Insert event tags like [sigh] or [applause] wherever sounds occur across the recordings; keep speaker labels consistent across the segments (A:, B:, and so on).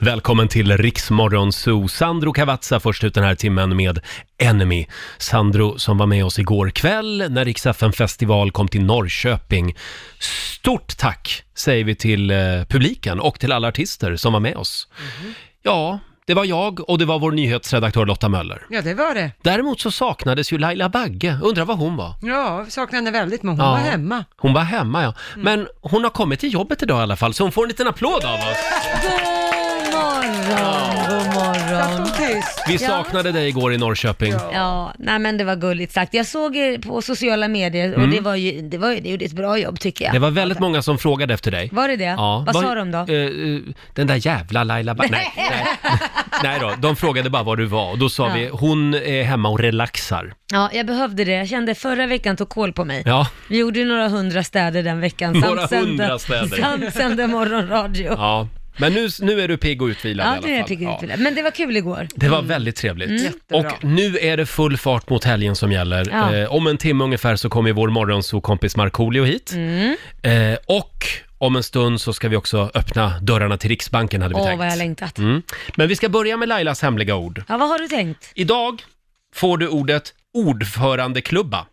A: Välkommen till Riksmorgon Zoo. Sandro Cavazza först ut den här timmen med Enemy. Sandro som var med oss igår kväll när Rix FM festival kom till Norrköping. Stort tack säger vi till eh, publiken och till alla artister som var med oss.
B: Mhm.
A: Ja, det var jag och det var vår nyhetsredaktör Lotta Möller.
C: Ja, det var det.
A: Däremot så saknades ju Laila Bagge. Undrar var hon var?
C: Ja, vi saknade henne väldigt, men hon
A: Ja.
C: var hemma.
A: Hon var hemma ja.
B: Mm.
A: Men hon har kommit till jobbet idag i alla fall så hon får en liten applåd av oss.
B: God morgon, god
C: Satt
B: morgon.
C: hon tyst?
A: Vi
B: Ja.
A: saknade dig igår i Norrköping.
B: Ja, nej men det var gulligt sagt. Jag såg er på sociala medier och det var ju, det var ju, det gjorde ett bra jobb tycker jag.
A: Mm. Det var väldigt många som frågade efter dig.
B: Var det det? Vad sa de då?
A: eh, eh, den där jävla Laila ba-
B: [laughs]
A: nej, nej. [laughs] nej då, de frågade bara var du var och då sa
B: Ja.
A: vi hon är hemma och relaxar.
B: Ja, jag behövde det. Jag kände förra veckan tog koll på mig.
A: Ja,
B: Vi gjorde ju några hundra städer den veckan. samt
A: Några
B: sände-
A: hundra städer.
B: Samt sände morgonradio. Ja,
A: ja. Men nu, nu är du pigg och utvilad i alla
B: det är
A: fall.
B: jag tycker
A: Ja.
B: ja. Men det var kul igår.
A: Det var väldigt trevligt.
B: Mm.
A: Mm.
C: Jättebra.
A: Och nu är det full fart mot helgen som gäller.
B: Ja.
A: Eh, om en timme ungefär så kommer vår morgonsokompis Markoolio hit.
B: Mm.
A: Eh, och om en stund så ska vi också öppna dörrarna till Riksbanken hade vi
B: Åh,
A: tänkt.
B: vad jag längtat.
A: Mm. Men vi ska börja med Lailas hemliga ord.
B: Ja, vad har du tänkt?
A: Idag får du ordet ordförandeklubba.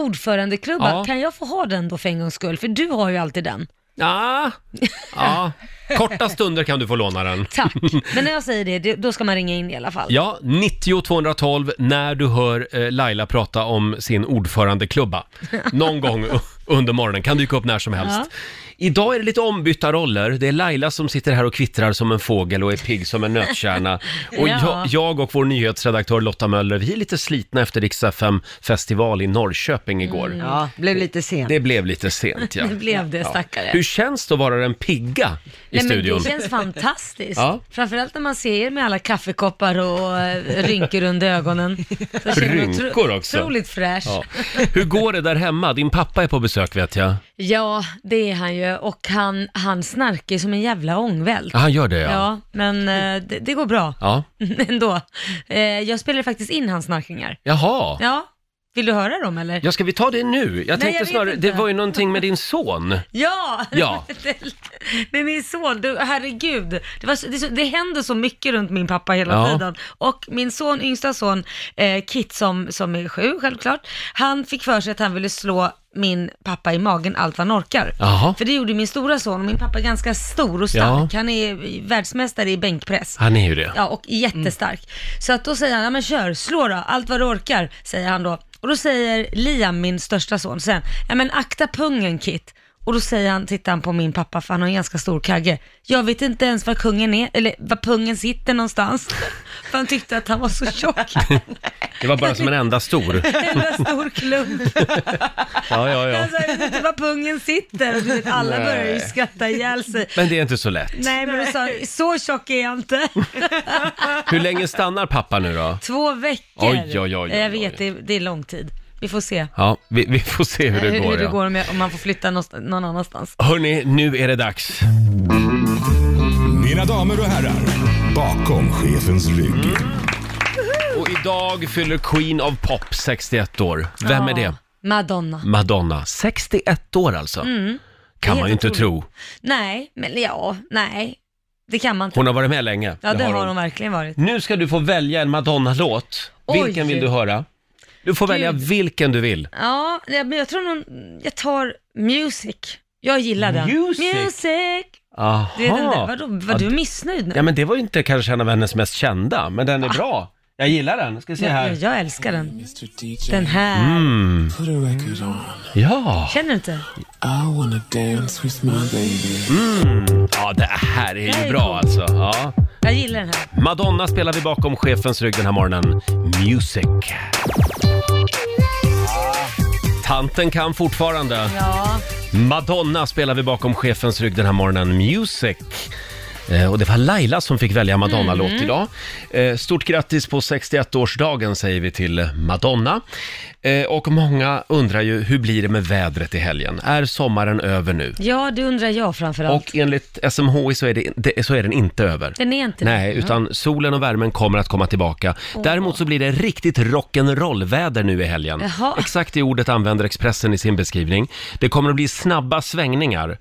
B: Ordförandeklubba,
A: Ja.
B: kan jag få ha den då för en gångs skull? För du har ju alltid den.
A: Ja, ja. korta stunder kan du få låna den. [laughs]
B: Tack. Men när jag säger det, det, då ska man ringa in i alla fall.
A: Ja, 90 212 när du hör eh, Laila prata om sin ordförandeklubba. Någon gång u- under morgonen, kan dyka upp när som helst.
B: Ja.
A: Idag är det lite ombytta roller. Det är Laila som sitter här och kvittrar som en fågel och är pigg som en nötkärna. Och
B: Ja.
A: jag, jag och vår nyhetsredaktör Lotta Möller, vi är lite slitna efter Rix FM festival i Norrköping igår.
C: Ja, Mm. blev lite sen.
A: Det blev lite sent ja.
B: Mm. Det blev det, stackare.
A: Hur känns det att vara den pigga i
B: Nej, men
A: studion?
B: det känns fantastiskt.
A: Ja.
B: Framförallt när man ser er med alla kaffekoppar och eh, rynkor under ögonen. Så känner man otro-
A: Rynkor också.
B: Otroligt fräsch.
A: Ja.
B: Ja.
A: Hur går det där hemma? Din pappa är på besök vet jag.
B: det är han ju. Och han, han snarkar som en jävla ångvält.
A: Ja, han gör det
B: Ja,
A: ja. ja.
B: men eh, det, det går bra [laughs] ändå. Eh, jag spelade faktiskt in hans snarkningar.
A: Jaha. Ja.
B: Ja, vill du höra dem eller?
A: ska vi ta det nu? Jag tänkte
B: jag vet
A: snarare,
B: inte.
A: det var ju någonting med din son.
B: Ja! [laughs]
A: Ja.
B: Med min son, du, herregud. Det, var, så- det, så- det händer så mycket runt min pappa hela
A: Ja.
B: tiden. Och min son, yngsta son, eh, Kit som, som är sju självklart, han fick för sig att han ville slå min pappa i magen allt han orkar.
A: Jaha.
B: För det gjorde min stora son och min pappa är ganska stor och stark. Han är världsmästare i bänkpress.
A: Han är ju det.
B: Ja, och jättestark.
A: Mm.
B: Så att då säger han, ja men kör, slå då, allt vad du orkar, säger han då. Och då säger Liam, min största son, sen, ja men akta pungen Kit. Och då säger han, tittar han på min pappa, för han har en ganska stor kagge. Jag vet inte ens var kungen är, eller var pungen sitter någonstans. [laughs] för han tyckte att han var så tjock.
A: [laughs] Det var bara som en enda
B: [laughs]
A: stor.
B: En enda stor klump.
A: Ja, ja, ja.
B: Han sa, jag vet inte var pungen sitter. Och du vet, alla
A: Nej.
B: börjar ju skratta ihjäl sig.
A: Men det är inte så lätt.
B: Nej, men då sa han, så tjock är jag inte. [laughs]
A: Hur länge stannar pappa nu då?
B: Två veckor.
A: Oj, oj, oj, oj,
B: jag
A: oj.
B: vet, Det, är, det är lång tid. Vi får se
A: Ja, vi, vi får se hur det
B: Eh, hur,
A: går.
B: hur det
A: Ja.
B: går om, jag, om man får flytta någonstans- någon annanstans.
A: Hörni, nu är det dags.
D: Mina damer och herrar, bakom chefens rygg.
A: Och idag fyller Queen of Pop 61 år. Vem är
B: Ja.
A: det?
B: Ah, Madonna.
A: Madonna. 61 år alltså. Kan
B: Mm. Det är
A: man ju
B: helt
A: inte tro.
B: Nej, men ja, nej. Det kan man inte.
A: Hon har varit med länge.
B: Ja, det, har hon.
A: hon.
B: verkligen varit.
A: Nu ska du få välja en Madonna-låt.
B: Oj.
A: Vilken vill du höra? Du får välja
B: Gud.
A: vilken du vill.
B: Ja, nej, men jag tror någon, jag tar Music. Jag gillar den.
A: Music?
B: music.
A: Aha.
B: Du vet den där, vadå, var
A: Ja,
B: du
A: d-
B: missnöjd nu?
A: Ja, men det var ju inte kanske en av hennes mest kända, men
B: Ah.
A: den är bra. Jag gillar den. Ska se
B: jag,
A: här. Mm.
B: jag, jag älskar den. Den här.
E: Put a record on.
A: Ja,
B: Känner du inte?
E: I wanna dance with my baby.
A: ja det här är
B: Det
A: ju
B: är
A: bra
B: cool.
A: alltså. Ja.
B: Jag gillar den här.
A: Madonna spelar vi bakom chefens rygg den här morgonen. Music. Tanten kan fortfarande.
B: Ja,
A: Madonna spelar vi bakom chefens rygg den här morgonen, Music. Eh, Och det var Laila som fick välja Madonna-låt idag. Eh, Stort grattis på 61-årsdagen säger vi till Madonna. Eh, Och många undrar ju, hur blir det med vädret i helgen? Är sommaren över nu?
B: ja det undrar jag framförallt.
A: Och enligt SMHI så är, det, det, så är den inte över.
B: Den är inte
A: Nej,
B: det.
A: utan solen och värmen kommer att komma tillbaka. Däremot så blir det riktigt rock'n'roll-väder nu i helgen.
B: Jaha.
A: Exakt det ordet använder Expressen i sin beskrivning. Det kommer att bli snabba svängningar.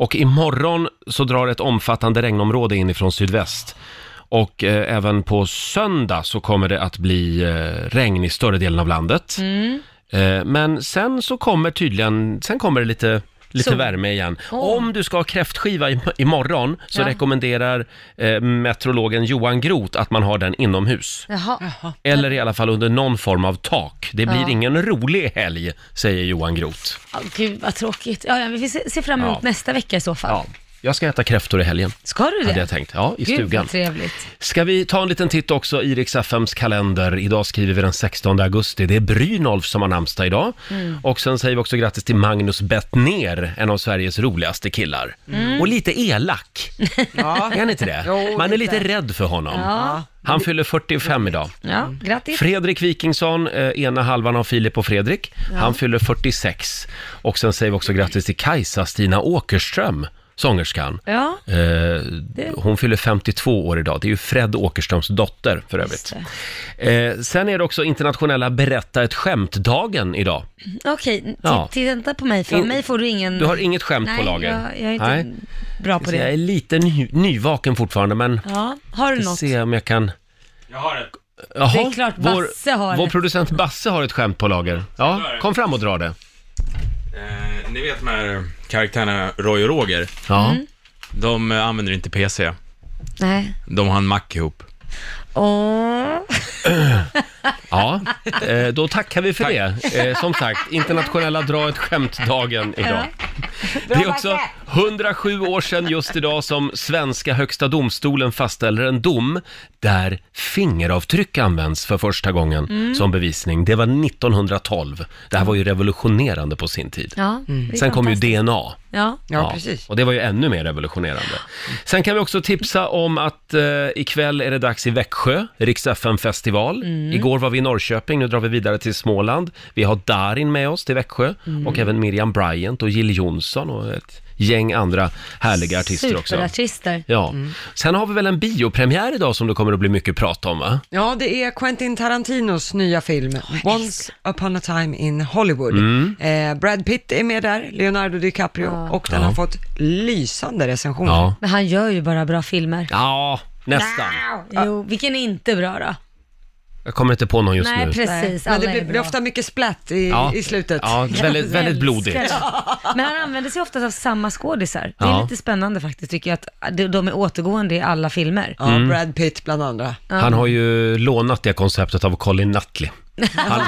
A: Och imorgon så drar ett omfattande regnområde in ifrån sydväst. Och eh, även på söndag så kommer det att bli eh, regn i större delen av landet.
B: Mm.
A: Eh, men sen så kommer tydligen, sen kommer det lite Lite
B: Sol.
A: värme igen.
B: Åh.
A: Om du ska ha kräftskiva im- imorgon så
B: Ja.
A: rekommenderar eh, meteorologen Johan Groth att man har den inomhus.
B: Jaha.
A: Eller i alla fall under någon form av tak. Det blir
B: Ja.
A: ingen rolig helg, säger Johan Groth.
B: Oh, gud vad tråkigt. Ja, ja, vi får se, se fram emot
A: Ja.
B: nästa vecka i så fall.
A: Ja, jag ska äta kräftor i helgen,
B: Ska du det?
A: hade jag tänkt. Ja, i
B: Gud
A: stugan.
B: vad trevligt.
A: Ska vi ta en liten titt också i Rix FMs kalender? Idag skriver vi den 16 augusti. Det är Brynolf som har namnsdag idag. Och sen säger vi också grattis till Magnus Bettner, en av Sveriges roligaste killar. Och lite elak,
C: Ja.
A: är han inte det?
C: Jo,
A: Man är lite
C: lite.
A: rädd för honom.
B: Ja.
A: Han fyller 45 idag.
B: Ja, grattis.
A: Fredrik Wikingsson, eh, ena halvan av Filip och Fredrik, han fyller 46. Och sen säger vi också grattis till Kajsa Stina Åkerström, sångerskan.
B: Ja,
A: Eh, Hon fyller 52 år idag. Det är ju Fred Åkerströms dotter för övrigt. Eh, sen är det också internationella berätta ett skämt-dagen idag.
B: okej. T-
A: Ja.
B: Titta på mig, för
A: In-
B: mig får du ingen...
A: Du har inget skämt
B: Mm. Nej,
A: på lager?
B: Jag, jag är inte
A: Nej.
B: bra på
A: Så jag är
B: det.
A: lite ny, nyvaken fortfarande, men
B: Ja, har du
A: ska
B: något?
A: se om jag kan... Jag har ett. Jaha,
B: Det är klart Basse har
A: Vår
B: ett.
A: producent Basse har ett skämt på lager. Ja, kom fram och dra det.
F: Eh, ni vet de här karaktärerna Roy och Roger,
A: Ja.
B: Mm.
F: de eh, använder inte PC.
B: Nej.
F: De har en Mac ihop.
B: Åh. [laughs]
A: Ja, eh, då tackar vi för det. Eh, Som sagt, internationella dra ett skämt-dagen idag. Det är också 107 år sedan just idag som svenska högsta domstolen fastställer en dom där fingeravtryck används för första gången
B: Mm.
A: som bevisning. Det var 1912. Det här var ju revolutionerande på sin tid.
B: Ja, det är
A: Mm. Sen kom ju
B: fantastiskt.
A: DNA.
B: Ja.
C: Ja, precis.
A: Och det var ju ännu mer revolutionerande. Sen kan vi också tipsa om att eh, ikväll är det dags i Växjö, Rix festival
C: Mm.
A: Igår var vi i Norrköping, nu drar vi vidare till Småland. Vi har Darin med oss till Växjö
C: Mm.
A: och även Miriam Bryant och Jill Johnson och ett gäng andra härliga artister också.
B: Superartister.
A: Ja.
C: Mm.
A: Sen har vi väl en biopremiär idag som det kommer att bli mycket prat om va?
C: Ja, det är Quentin Tarantinos nya film Once upon a time in Hollywood.
A: Mm.
C: Eh, Brad Pitt är med där, Leonardo DiCaprio och den
A: Ja.
C: har fått lysande recensioner.
A: Ja,
B: Men han gör ju bara bra filmer.
A: ja nästan.
B: Jo, vilken är inte bra då?
A: Jag kommer inte på någon just
B: Nej,
A: nu.
B: precis.
C: Eh, Men
B: Alla
C: det
B: är
C: blir, blir
B: bra.
C: ofta mycket splatt i,
A: Ja.
C: i slutet.
A: Ja, väldigt,
B: Jag
A: väldigt
B: älskar
A: blodigt.
B: det. [laughs] Men han använder sig oftast av samma skådisar. Det är
A: Ja.
B: lite spännande faktiskt tycker jag att de- de är återgående i alla filmer.
C: Ja,
A: Mm.
C: Brad Pitt bland andra.
A: Han har ju lånat det konceptet av Colin Nutley.
C: [laughs]
A: Han,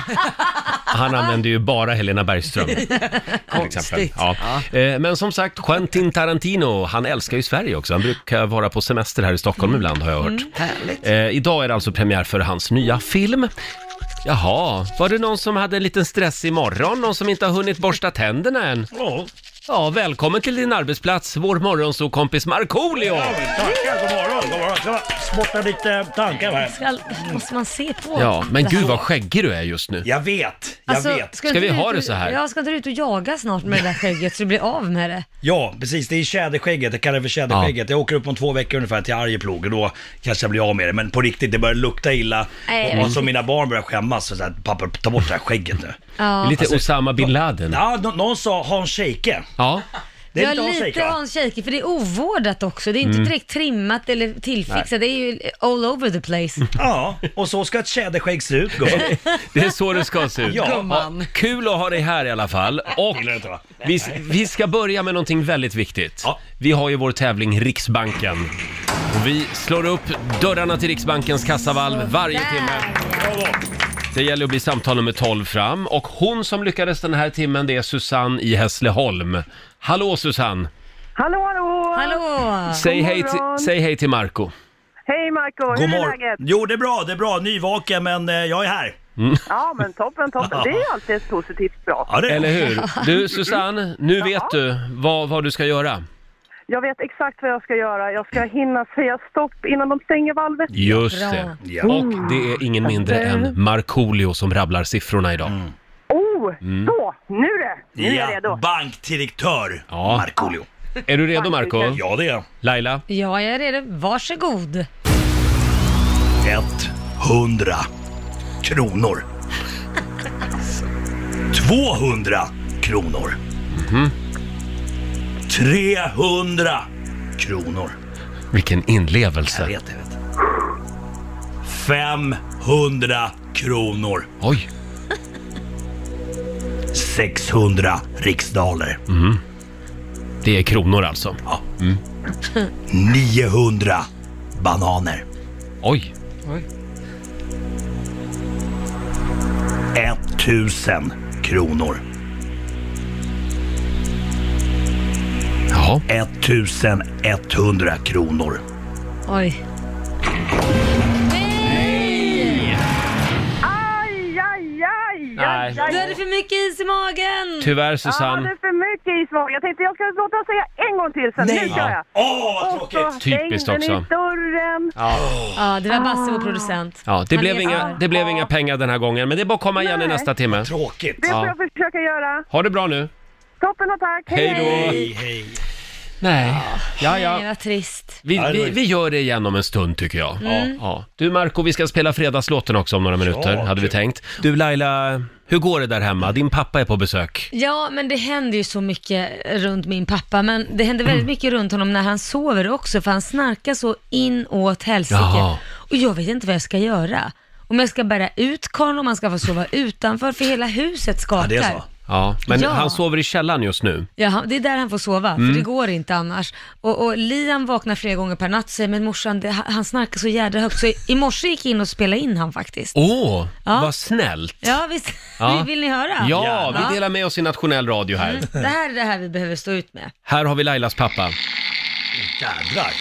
A: han använder ju bara Helena Bergström. Till exempel.
C: Konstigt.
A: Ja. Eh, Men som sagt, Quentin Tarantino, han älskar ju Sverige också. Han brukar vara på semester här i Stockholm ibland har jag hört.
C: Mm. Härligt.
A: Eh, idag är det alltså premiär för hans nya film. Jaha, var det någon som hade en liten stress imorgon? Någon som inte har hunnit borsta tänderna än? Ja. Ja, välkommen till din arbetsplats, vår morgonsåkompis Markoolio!
G: Tackar, god morgon, god morgon. Ska sporta lite tankar här.
B: Ska- Måste man se på?
A: Ja, men
B: det här?
A: gud vad skäggig du är just nu.
G: Jag vet, jag vet.
A: Ska
B: Alltså, inte
A: vi
B: du
A: ha
B: ut
A: det
B: och-
A: så här?
B: Ja, ska inte du ut och jaga snart med det där skägget så du blir av med det?
G: Ja, precis. Det är tjäderskägget. Jag kallar det för tjäderskägget. Jag åker upp om två veckor ungefär till Arjeplog och då kanske jag blir av med det. Men på riktigt, det börjar lukta illa.
B: Nej,
G: och så mina barn börjar skämmas. Så att, pappa, ta bort det här skägget nu.
A: Det är Lite Osama bin Laden.
G: Alltså, Ja, nå- någon sa Hans Scheike.
A: Ja,
G: Det är
B: ja,
G: inte Hans
B: lite
G: Scheike va?
B: Hans Scheike, för det är ovårdat också. Det är inte
A: Mm.
B: direkt trimmat eller tillfixat. Det är ju all over the
A: Mm.
B: place.
G: Ja, och så ska ett tjäderskägg se ut [laughs] gubben.
A: det är så det ska se ut.
G: [laughs] Ja.
C: Gumman.
A: Kul att ha dig här i alla fall. Och
G: Gillar du inte, va?
A: vi, vi ska börja med någonting väldigt viktigt.
G: Ja.
A: Vi har ju vår tävling Riksbanken. Och vi slår upp dörrarna till Riksbankens kassavalv varje timme. Det gäller att bli samtal nummer 12 fram. Och hon som lyckades den här timmen, det är Susanne i Hässleholm. Hallå Susanne!
H: Hallå, hallå!
B: Hallå!
A: Säg hej, till,
H: morgon.
A: säg hej till Marco.
H: Hej Marco, hur
G: God
H: är
G: morgon.
H: läget?
G: Jo, det är bra, det är bra. Nyvaken, men eh, jag är här.
H: Ja, men toppen, toppen. Det är ju alltid ett positivt bra.
G: Ja, det är
A: Eller hur? Du Susanne, nu vet du vad, vad du ska göra.
H: Jag vet exakt vad jag ska göra. Jag ska hinna säga stopp innan de stänger valvet.
A: Just
B: Bra.
A: det.
G: Ja.
A: Och det är ingen mindre än Markoolio som rabblar siffrorna idag.
G: Mm.
H: Oh, så! Nu det! Nu är jag redo.
G: Ja, bankdirektör
A: Ja.
G: Markoolio.
A: Är du redo Marco?
G: Ja, det är jag.
A: Laila?
B: Ja, jag är redo. Varsågod.
G: 100 kronor. 200 kronor. 300 kronor.
A: Vilken
G: Jag
A: inlevelse.
G: vet, jag vet. 500 kronor.
A: Oj,
G: 600 riksdaler.
A: det är kronor alltså.
G: 900 bananer.
A: Oj,
G: 1000 kronor.
A: jaha.
G: 1100 kronor.
B: Oj.
H: Aj, aj, aj, aj,
A: Nej.
H: aj.
B: Du hade för mycket is i magen.
A: Tyvärr
H: Ja, det
A: Susanne.
H: är för mycket is var. Jag tänkte jag ska låta honom säga en gång till sen. Nu kör jag.
G: Åh, vad
H: Och
G: tråkigt!
H: så
A: Typiskt
H: stängde ni
A: också.
H: dörren.
B: Ja, det var Basse, vår producent.
A: Ja, det
B: Han
A: blev,
B: är
A: inga,
B: arg.
A: det blev inga pengar den här gången, men det är bara att komma igen i
H: Nej.
A: nästa timme.
G: Tråkigt.
H: Det får
A: Ja.
H: jag försöka göra.
A: Ha det bra nu.
H: Toppen och tack.
A: Hej då!
G: Hej, hej.
A: Nej, ja, ja.
B: Nej, vad trist.
A: Vi,
G: Ja, det var
A: vi,
G: ju-
A: vi gör det igen om en stund tycker jag. Ja. Du Marco, vi ska spela fredagslåten också om några minuter,
G: Ja,
A: hade vi
G: kul.
A: tänkt. Du Laila, hur går det där hemma? Din pappa är på besök.
B: Ja, men det händer ju så mycket runt min pappa, men det händer väldigt mycket runt honom när han sover också, för han snarkar så inåt
A: Jaha.
B: helsike. Och jag vet inte vad jag ska göra. Om jag ska bära ut karln, om han ska få sova utanför, för hela huset
G: Ja,
B: skakar.
G: det är så.
A: Ja, men
B: Ja.
A: han sover i källaren just nu.
B: Ja, han- det är där han får sova, för
A: Mm.
B: det går inte annars. Och, och Liam vaknar flera gånger per natt och säger, men morsan, det, han snarkar så jädra högt. Så i, i morse gick jag in och spelade in han faktiskt.
A: Åh,
B: Ja.
A: vad snällt!
B: Ja, visst.
A: Ja.
B: [laughs] Vill ni höra?
A: Ja,
B: Ja. Mm.
A: vi delar med oss i nationell radio här.
B: Det här är det här vi behöver stå ut med.
A: Här har vi Lailas pappa.
G: Jävlar.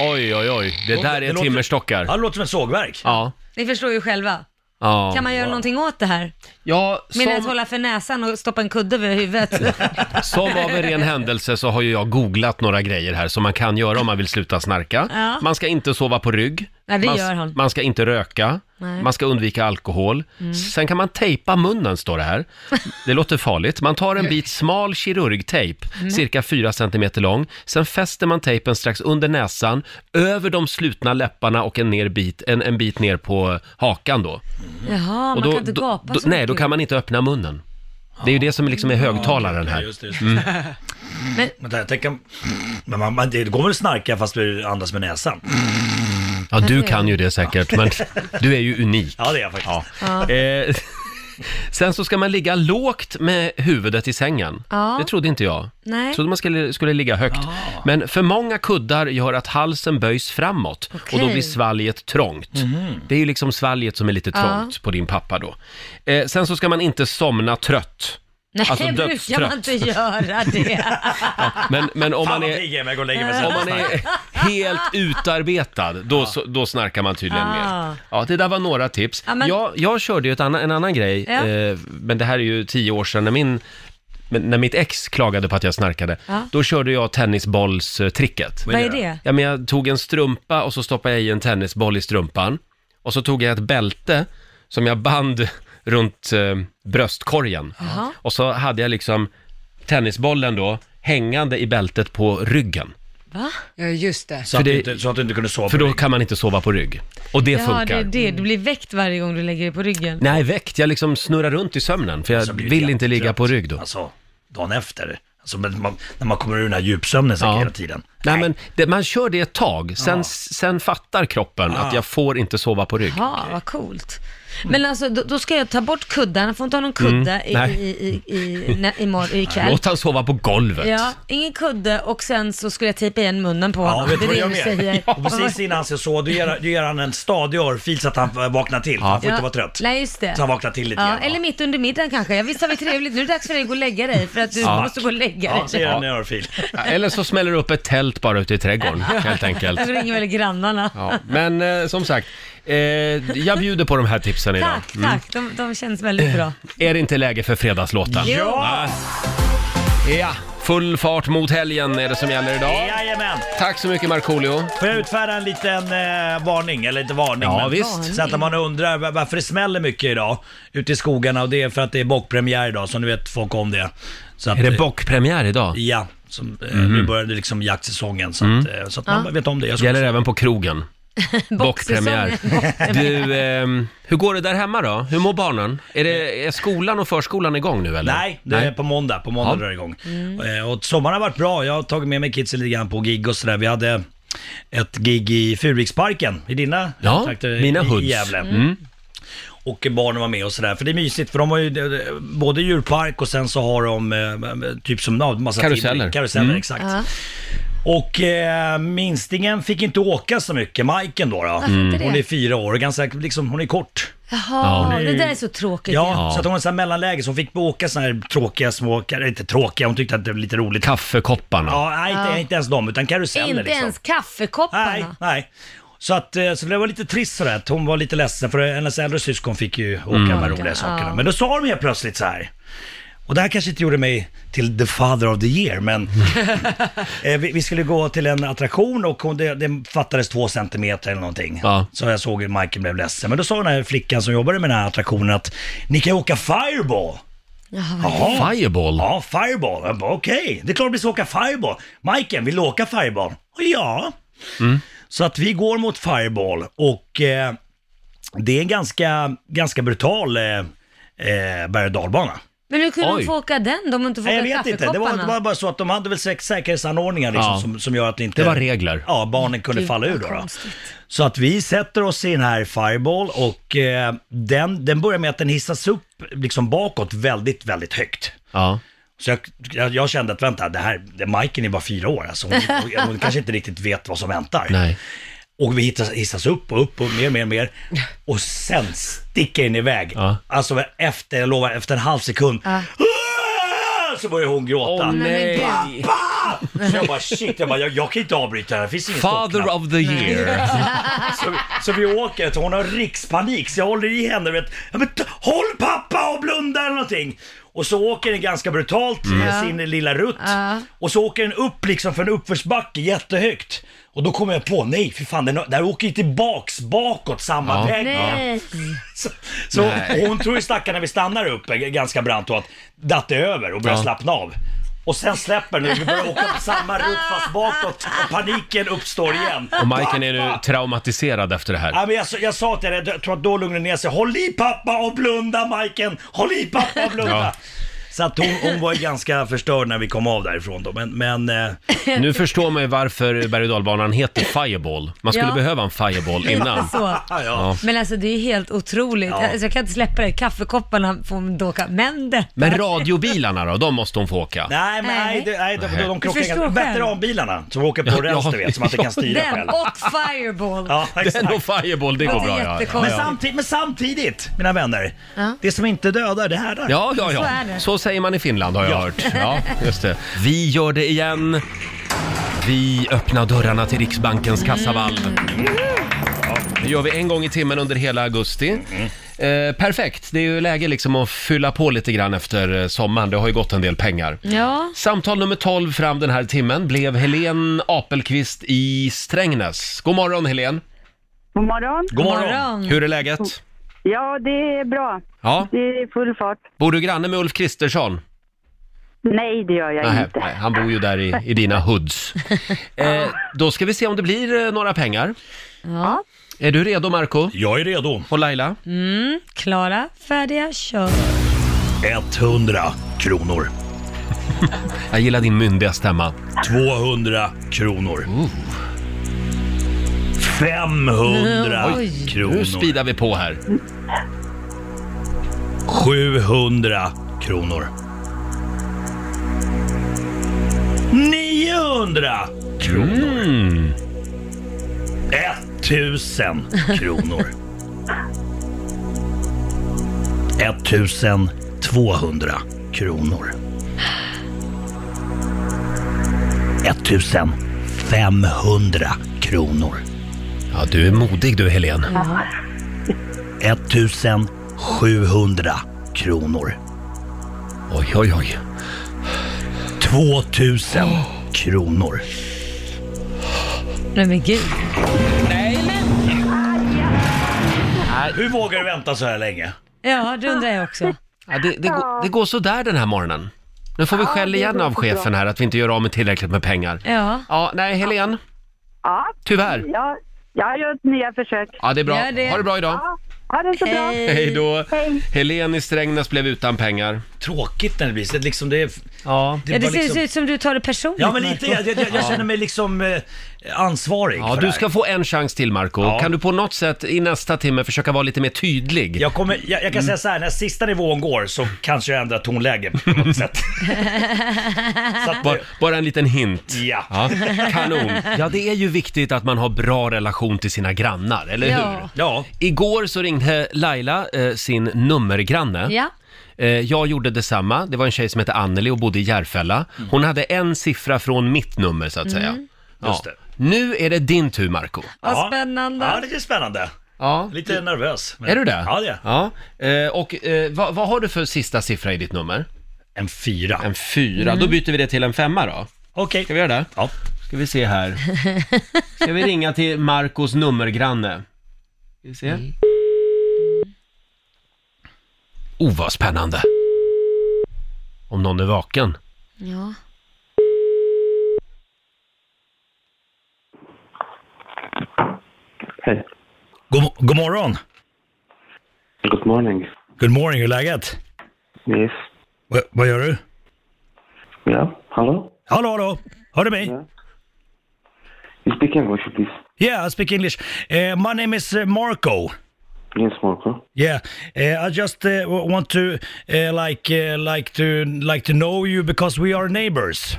A: Oj, oj, oj. Det där
G: det
A: är
G: låter-
A: timmerstockar.
G: Ja, det låter som ett sågverk.
A: Ja.
B: Ni förstår ju själva.
A: Ja,
B: Kan man göra någonting åt det här?
A: ja
B: Men att
A: som,
B: hålla för näsan och stoppa en kudde
A: [laughs]
B: över huvudet.
A: som av en ren händelse så har ju jag googlat några grejer här som man kan göra om man vill sluta snarka.
B: Ja.
A: Man ska inte sova på rygg.
B: Nej, det
A: man,
B: gör han.
A: man ska inte röka.
B: Nej. Mm.
A: Man ska undvika alkohol. Sen kan man tejpa munnen, står det här. Det låter farligt. Man tar en bit smal kirurgtejp,
B: Mm.
A: cirka 4 cm lång. Sen fäster man tejpen strax under näsan, över de slutna läpparna och en, ner bit, en, en bit ner på hakan då.
B: Jaha, man
A: då,
B: kan inte gapa
A: då,
B: så
A: Nej,
B: mycket.
A: då kan man inte öppna munnen. Det är ju det som liksom är högtalaren här.
G: Just det, just det. Vänta, jag tänker... Men man, man, det går väl att snarka fast du andas med näsan?
A: Ja, du kan ju det säkert,
B: [laughs]
A: men du är ju unik.
G: Ja, det är jag faktiskt.
A: Eh, [laughs] sen så ska man ligga lågt med huvudet i sängen.
B: Ja.
A: Det trodde inte jag.
B: Nej.
A: Jag trodde man skulle, skulle ligga högt.
G: Ah.
A: Men för många kuddar gör att halsen böjs framåt
B: Okej.
A: och då blir svalget trångt.
G: Mhm.
A: Det är ju liksom svalget som är lite trångt på din pappa då. Eh, sen så ska man inte somna trött.
B: Nej,
A: Alltså,
B: brukar
A: dödstrött.
B: man
A: [laughs]
B: inte [laughs] göra det?
A: Men, men om
G: Fan
A: man
G: vad
A: är...
G: pigg jag är med att gå och lägga mig
A: Om
G: sen.
A: man är helt utarbetad, då, så, då snarkar man tydligen
B: Ah.
A: mer. Ja, det där var några tips.
B: Ja, men-
A: jag, jag körde ju ett annan, en annan grej,
B: Ja.
A: eh, men det här är ju tio år sedan när min men när mitt ex klagade på att jag snarkade,
B: Ja.
A: då körde jag tennisbollstricket.
B: Vad är det?
A: Ja, men jag tog en strumpa och så stoppade jag i en tennisboll i strumpan. Och så tog jag ett bälte som jag band runt eh, bröstkorgen.
B: Jaha.
A: Och så hade jag liksom tennisbollen då hängande i bältet på ryggen.
B: Va?
C: Ja, just det.
G: Så, att
A: För
G: du
A: det-
G: inte, så att du inte kunde sova
A: För
G: på
A: då
G: rygg.
A: kan man inte sova på rygg. Och det
B: Ja, det
A: funkar.
B: är det. Du blir väckt varje gång du lägger dig på ryggen.
A: Nej, väckt. Jag liksom snurrar runt i sömnen för jag
G: Så blir Alltså, det
A: vill inte ligga
G: jättetrött.
A: på rygg då.
G: Alltså, dagen efter. Alltså, men man, när man kommer ur den här djupsömnen säkert
A: Ja.
G: hela tiden.
A: Nej, men det, man kör det ett tag, sen, sen fattar kroppen att
G: Ah.
A: jag får inte sova på rygg.
B: Ja, vad coolt.
A: Mm.
B: Men alltså, då, då ska jag ta bort kuddarna, får inte ha någon kudde
A: nej.
B: i, i, i, i, nä, imorgon, ikväll.
A: Låt han sova på golvet.
B: Ja, ingen kudde och sen så skulle jag tejpa igen munnen på
G: Ja,
B: honom.
G: vet du vad jag
B: du
G: menar?
B: säger.
G: Och precis innan han ska sova, då ger, då ger han en stadig örfil så att han eh, vaknar till. Han får
B: Ja.
G: inte vara trött.
B: Nej, just det.
G: Så han vaknar till lite
B: Ja,
G: grann, va?
B: eller mitt under middagen kanske. Ja, visst har vi trevligt. Nu är det dags för dig att gå och lägga dig för att du måste gå och lägga dig.
G: Ja, så ger han en örfil.
A: [laughs] Eller så smäller du upp ett tält bara ute i trädgården, helt
B: [laughs]
A: enkelt.
B: Eller ringer väl grannarna.
A: Ja. Men eh, som sagt, eh, jag bjuder på de här tipsen idag. Mm.
B: Tack,
G: Mm.
B: tack. De, de känns väldigt bra.
A: Är det inte läge för fredagslåten?
G: Ja!
A: Ja! Full fart mot helgen är det som gäller idag.
G: Jajamän!
A: Tack så mycket Markoolio.
G: Får jag utfärda en liten eh, varning? Eller inte varning,
A: Ja,
G: men
A: visst.
G: så att man undrar var- varför det smäller mycket idag ute i skogarna och det är för att det är bockpremiär idag, som du vet folk om det. Så att,
A: Är det
G: eh,
A: bockpremiär idag?
G: Mm. Ja, som, eh, nu började liksom jaktsäsongen så att, eh, så att man vet om det. Jag ska [laughs]
A: Gäller även på krogen. Bockpremiär. Du, ehm, hur går det där hemma då? Hur mår barnen? Är, det, är skolan och förskolan igång nu eller?
G: Nej, det är på måndag. På måndag
A: Ja.
G: drar det igång. Eh, Och sommaren har varit bra. Jag har tagit med mig kidsen lite grann på gig och sådär. Vi hade ett gig i Furuviksparken, i dina
A: Ja,
G: trakter,
A: mina
G: i-
A: hoods. Mm.
G: i Gävle. Och barnen var med och sådär, för det är mysigt för de har ju eh, både djurpark och sen så har de eh, typ som ja, massa
A: Karuseller.
G: karuseller
A: Mm.
G: exakt. Och eh, minstingen fick inte åka så mycket, Majken då. då.
B: Varför inte det?
G: Hon är fyra år och ganska, liksom, hon är kort.
B: Jaha, det där är så tråkigt.
G: Ja,
A: Ja.
G: så att hon var så här mellanläge så hon fick åka såna här tråkiga små, eller inte tråkiga, hon tyckte att det var lite roligt.
A: Kaffekopparna.
G: Ja, nej, inte,
B: Ja.
G: inte ens dem utan karuseller
B: Inte
G: liksom.
B: ens
G: Nej,
B: kaffekopparna.
G: nej. Så, att, eh, så det var lite trist sådär att hon var lite ledsen för hennes äldre syskon fick ju åka de här
B: Åka,
G: roliga sakerna.
B: ja.
G: Men då sa de helt plötsligt så här. Och det här kanske inte gjorde mig till the father of the
B: [laughs]
G: year, men eh, vi, vi skulle gå till en attraktion och hon, det, det fattades två centimeter eller någonting.
A: Ja.
G: Så jag såg att Michael blev ledsen. Men då sa den här flickan som jobbade med den här attraktionen att ni kan ju åka fireball. Jaha.
A: Fireball.
G: Ja, Fireball. Jag bara, Okej, det är klart vi ska åka Fireball. Majken, vill du åka Fireball? Och Ja. Så att vi går mot Fireball och eh, det är en ganska, ganska brutal eh, eh, berg och dalbana.
B: Men hur kunde
A: Oj.
B: de få åka den de inte får
G: Nej, jag
B: åka
G: vet inte. Det var, det var
B: kaffekopparna?
G: bara så att de hade väl säk- säkerhetsanordningar liksom,
A: Ja.
G: som, som gör att det inte...
A: Det var regler.
G: Ja, barnen kunde
B: Gud,
G: falla ur
B: vad
G: då. då.
B: konstigt.
G: Så att vi sätter oss i den här Fireball och eh, den, den börjar med att den hissas upp liksom bakåt väldigt, väldigt högt.
A: Ja.
G: Så jag, jag, jag kände att vänta, det här, det, Majken är bara fyra år, alltså, hon, hon, hon kanske inte riktigt vet vad som väntar.
A: Nej.
G: Och vi hittas, hissas upp och upp och mer, mer, mer. Och sen sticker den iväg.
A: Ja.
G: Alltså efter, jag lovar, efter en halv sekund.
B: Ja.
G: Så börjar hon gråta.
A: Åh, nej.
G: Pappa! Så jag bara shit, jag, bara, jag, jag kan inte avbryta det här, det finns ingen stoppknapp.
A: Father of the year.
G: Så, vi- så vi åker, så hon har rikspanik så jag håller i henne vet, ja, men, t- Håll pappa och blunda eller någonting! Och så åker den ganska brutalt i sin lilla rutt.
B: Ja.
G: Och så åker den upp liksom för en uppförsbacke jättehögt. Och då kommer jag på, nej för fan den, den här åker ju tillbaks bakåt samma
A: Ja.
G: väg.
B: Nej.
G: Så, så
A: Nej.
G: och hon tror ju stackarn när vi stannar uppe g- ganska brant och att datt är över och börjar
A: Ja.
G: slappna av. Och sen släpper den och vi börjar åka på samma rutt fast bakåt och paniken uppstår igen.
A: Och Majken är nu traumatiserad efter det här.
G: Ja, men jag, sa- jag sa till henne, jag tror att då lugnade hon ner sig. Håll i pappa och blunda Majken! Håll i pappa och blunda!
A: Ja.
G: Så att hon, hon var ju ganska förstörd när vi kom av därifrån då. Men, men eh,
A: Nu förstår man ju varför berg och dalbanan heter Fireball. Man skulle
B: Ja.
A: behöva en Fireball
B: [laughs]
A: innan.
B: Så.
G: ja, ja.
B: Men alltså det är ju helt otroligt.
G: Ja.
B: Alltså, jag kan inte släppa det. Kaffekopparna får man då åka. Men det.
A: Men radiobilarna då, de måste hon få åka.
G: Nej, men nej, det- nej, de, de, de krockar
B: förstår
G: ganska...
B: själv.
G: Veteranbilarna som åker på
A: Ja, [laughs]
G: räls,
A: ja,
G: du vet, som man inte kan styra
B: Den
G: själv.
B: och Fireball.
G: Ja,
A: Den
G: exakt.
A: och Fireball, det går
B: Det är
A: bra. Ja, ja,
B: jättekonstigt.
G: Men,
A: ja.
G: samtidigt, men samtidigt, mina vänner,
B: Ja.
G: det som inte dödar, det härdar.
A: Ja, ja,
B: Så
A: ja.
B: är det.
A: Så säger man i Finland har jag hört. Ja, just det. Vi gör det igen. Vi öppnar dörrarna till Riksbankens kassavalv.
B: Mm.
A: Ja, Det gör vi en gång i timmen under hela augusti.
B: Mm.
A: Eh, perfekt, det är ju läge liksom att fylla på lite grann efter eh, sommaren. Det har ju gått en del pengar.
B: Ja.
A: Samtal nummer 12 fram den här timmen blev Helen Apelqvist i Strängnäs. God morgon Helen!
H: God morgon.
G: God morgon.
A: Hur är läget?
H: Ja, det är bra.
A: Ja,
H: Det är full fart.
A: bor du granne med Ulf Kristersson?
H: Nej, det gör jag
A: Nej,
H: inte.
A: nej, han bor ju där i, i dina hoods.
H: [laughs]
A: Eh, då ska vi se om det blir eh, några pengar.
B: Ja.
A: Är du redo Marco?
G: Jag är redo.
A: Och Laila?
B: Klara, färdiga, kör.
G: 100 kronor.
A: Jag gillar din myndiga stämma.
G: 200 kronor.
A: Mm.
G: 500
B: Oj.
A: Nu
G: kronor.
A: speedar vi på här.
G: 700 kronor. 900 kronor. 1000 kronor. 1200 kronor. 1500 kronor.
A: Ja, du är modig du Helen.
G: 1700 kronor.
A: Oj, oj, oj.
G: 2000 kronor.
B: Nej men gud.
G: Hur vågar du vänta så här länge?
B: Ja, det undrar jag också.
A: Ja, det, det, går, det går sådär den här morgonen. Nu får vi skäll
H: det
A: igen
H: går
A: av
H: så
A: chefen här att vi inte gör av med tillräckligt med pengar.
B: Ja.
A: Ja, nej Helen.
H: Ja,
A: Tyvärr.
H: ja, Jag gör nya försök.
A: Ja, det är bra.
B: Gör det.
A: Ha det bra idag.
H: Ja, ha det så bra.
A: Hej då.
H: Hej.
A: Helen i Strängnäs blev utan pengar.
G: Tråkigt när det blir så. Liksom det,
A: Ja.
G: det
B: Ja, det
G: var
B: ser
G: liksom...
B: ut som du tar det personligt.
G: Ja, men lite. Jag, jag, jag känner mig liksom eh, ansvarig
A: Ja,
G: för
A: du
G: det här.
A: ska få en chans till, Marco.
G: Ja.
A: Kan du på något sätt i nästa timme försöka vara lite mer tydlig?
G: Jag, kommer, jag, jag kan säga så här, när sista nivån går så kanske jag ändrar tonläge på
A: [laughs]
G: något sätt. så att,
A: Bara, bara en liten hint.
G: Ja.
A: Kanon. Ja, det är ju viktigt att man har bra relation till sina grannar, eller
B: Ja.
A: hur?
G: ja,
A: Igår så ringde Laila eh, sin nummergranne.
B: Ja.
A: Eh, jag gjorde detsamma. Det var en tjej som hette Anneli och bodde i Järfälla.
G: Mm.
A: Hon hade en siffra från mitt nummer, så att
B: Mm.
A: säga. Ja.
G: Just det.
A: Nu är det din tur, Marco.
B: Vad
G: Ja.
B: spännande.
G: ja, det är spännande.
A: Ja.
G: Lite nervös. men-
A: Är du det?
G: Ja, det är
A: Ja.
G: jag.
A: Eh, och eh, vad, vad har du för sista siffra i ditt nummer?
G: En fyra.
A: En fyra. Då byter vi det till en femma då.
G: Okej.
A: Ska vi göra det?
G: Ja.
A: Ska vi se här. Ska vi ringa till Marcos nummergranne? Ska vi se? Oh, vad spännande! Om någon är vaken.
B: Ja.
I: Hej.
G: God, god morgon.
I: Good morning.
G: Good morning, hur är läget?
I: Yes.
G: Va, vad gör du?
I: Ja, hallå?
G: Hallå, hallå. Hör du mig?
I: Ja. You speak English, please.
G: Yeah, I speak English. Eh, my name is eh, Marco.
I: Yes, Marco.
G: Yeah, eh, I just eh, w- want to eh, like eh, like to like to know you because we are neighbors.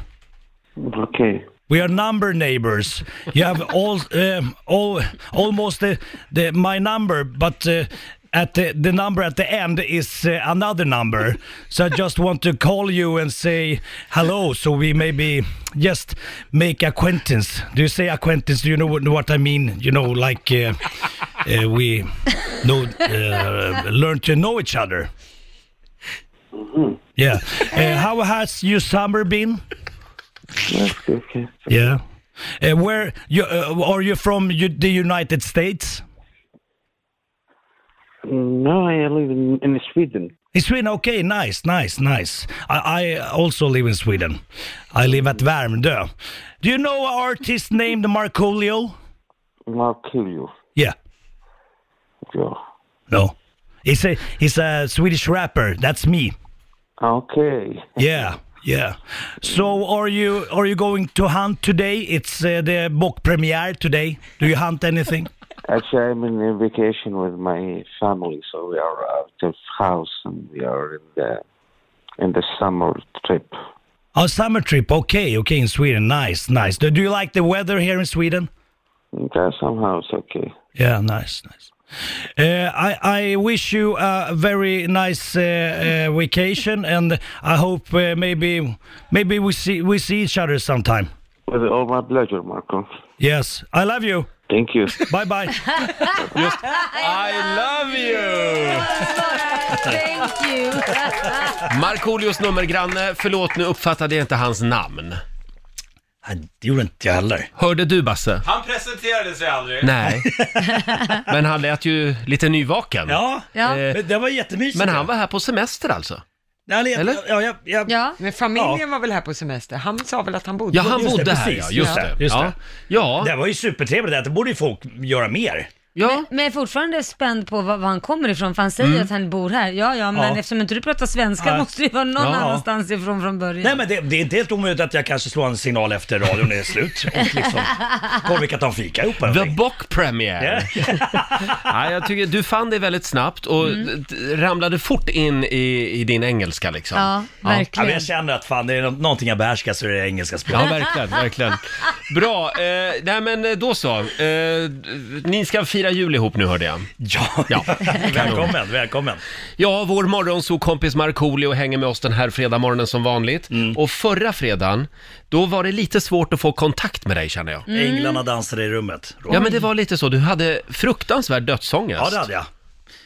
I: Okay.
G: We are number neighbors. You have all, um, all almost the, the, my number, but uh, at the, the number at the end is uh, another number. So I just want to call you and say hello, so we maybe just make acquaintance. Do you say acquaintance? Do you know what, what I mean? You know, like uh, uh, we know, uh, learn to know each other. Yeah. Uh, how has your summer been?
I: Okay, okay.
G: Yeah. Uh, where you uh, are you from? You, the United States?
I: No, I live in, in Sweden.
G: In Sweden? Okay, nice, nice, nice. I, I also live in Sweden. I live at Värmdö. Do you know an artist named Markolio?
I: I'll kill you.
G: Yeah.
I: Yeah.
G: No. He's a he's a Swedish rapper. That's me.
I: Okay.
G: Yeah. Yeah. So are you are you going to hunt today? It's uh, the book premiere today. Do you hunt anything?
I: Actually, I'm in a vacation with my family, so we are out of house and we are in the in the summer trip.
G: Oh, summer trip. Okay, okay, in Sweden. Nice, nice. Do do you like the weather here in Sweden?
I: Okay, somehow it's okay.
G: Yeah, nice, nice. Uh, I I wish you a very nice uh, uh, vacation, and I hope uh, maybe maybe we see we see each other sometime.
I: With all my pleasure, Marco.
G: Yes, I love you.
I: Thank [laughs] you.
G: Bye bye. [laughs]
A: I love you!
B: Thank you.
A: Markoolios nummergranne, förlåt nu uppfattade jag inte hans namn.
G: Det gjorde inte jag heller.
A: Hörde du Basse?
F: Han presenterade sig
A: [laughs]
F: aldrig.
A: Nej. Men han lät ju lite nyvaken.
G: Ja,
B: Ja.
A: Eh,
G: men det var jättemysigt.
A: Men han var här på semester alltså? eller?
G: Eller? Ja, ja, ja.
B: Ja.
C: Men familjen var väl här på semester? Han sa väl att han bodde
A: Ja, han
G: Just det,
A: bodde här
G: precis.
A: ja, just
G: Ja.
A: det.
G: Just
A: ja.
G: det.
A: Ja.
G: Det var ju supertrevligt. Det här. Det borde ju folk göra mer.
A: ja.
B: Men jag är fortfarande spänd på var, var han kommer ifrån, för han säger att han bor här. Ja, ja, men
G: Mm. Ja.
B: eftersom inte du pratar svenska
G: Nej.
B: måste du ju vara någon
A: Ja.
B: annanstans ifrån från början.
G: Nej, men det, det är inte helt omöjligt att jag kanske slår en signal efter radion är slut och liksom kollar vi kan ta en fika ihop. eller
A: The
G: någonting.
A: Bock Premiere! [laughs] ja, jag tycker du fann det väldigt snabbt och
G: Mm.
A: d- ramlade fort in i, i din engelska liksom.
B: Ja,
G: Ja, men
B: verkligen.
G: jag känner att fan, det är nå- någonting jag behärskar så är det engelska språket.
A: Ja, verkligen, verkligen. Bra, eh, nej men eh, då så. Eh, ni ska fira jul ihop nu hörde jag.
G: Ja,
A: Ja.
G: [laughs] välkommen, välkommen.
A: Ja, vår morgonsokompis Markoolio hänger med oss den här fredag morgonen som vanligt.
G: Mm.
A: Och förra fredagen, då var det lite svårt att få kontakt med dig känner jag.
G: Änglarna dansade i rummet. Roger.
A: Ja, men det var lite så. Du hade fruktansvärd dödsångest.
G: ja, det hade jag.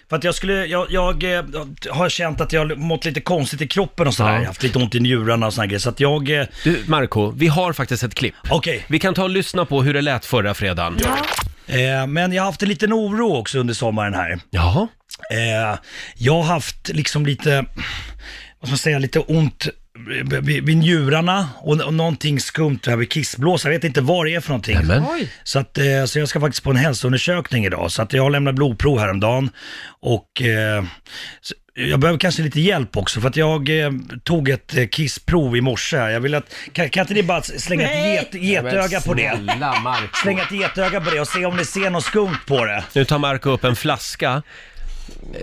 G: För att jag skulle, jag, jag eh, har känt att jag har mått lite konstigt i kroppen och sådär.
A: Ja.
G: Jag har haft lite ont i njurarna och sådana grejer. Så att jag, eh,
A: Du, Marco, vi har faktiskt ett klipp.
G: okej.
A: Vi kan ta och lyssna på hur det lät förra fredagen.
G: Eh, men jag har haft en liten oro också under sommaren här.
A: Jaha.
G: Eh, jag har haft liksom lite, vad ska man säga, lite ont vid, vid njurarna och, och någonting skumt här vid kissblåsan. Jag vet inte vad det är för någonting.
A: Nämen.
C: Oj.
G: Så, att, eh, så jag ska faktiskt på en hälsoundersökning idag. Så att jag har lämnat blodprov häromdagen. Och eh, så- jag behöver kanske lite hjälp också för att jag eh, tog ett eh, kissprov i morse. här. Jag vill att, kan, kan inte ni bara slänga ett get, getöga på det?
A: Snälla Marco.
G: Slänga ett getöga på det och se om ni ser något skumt på det.
A: Nu tar Marco upp en flaska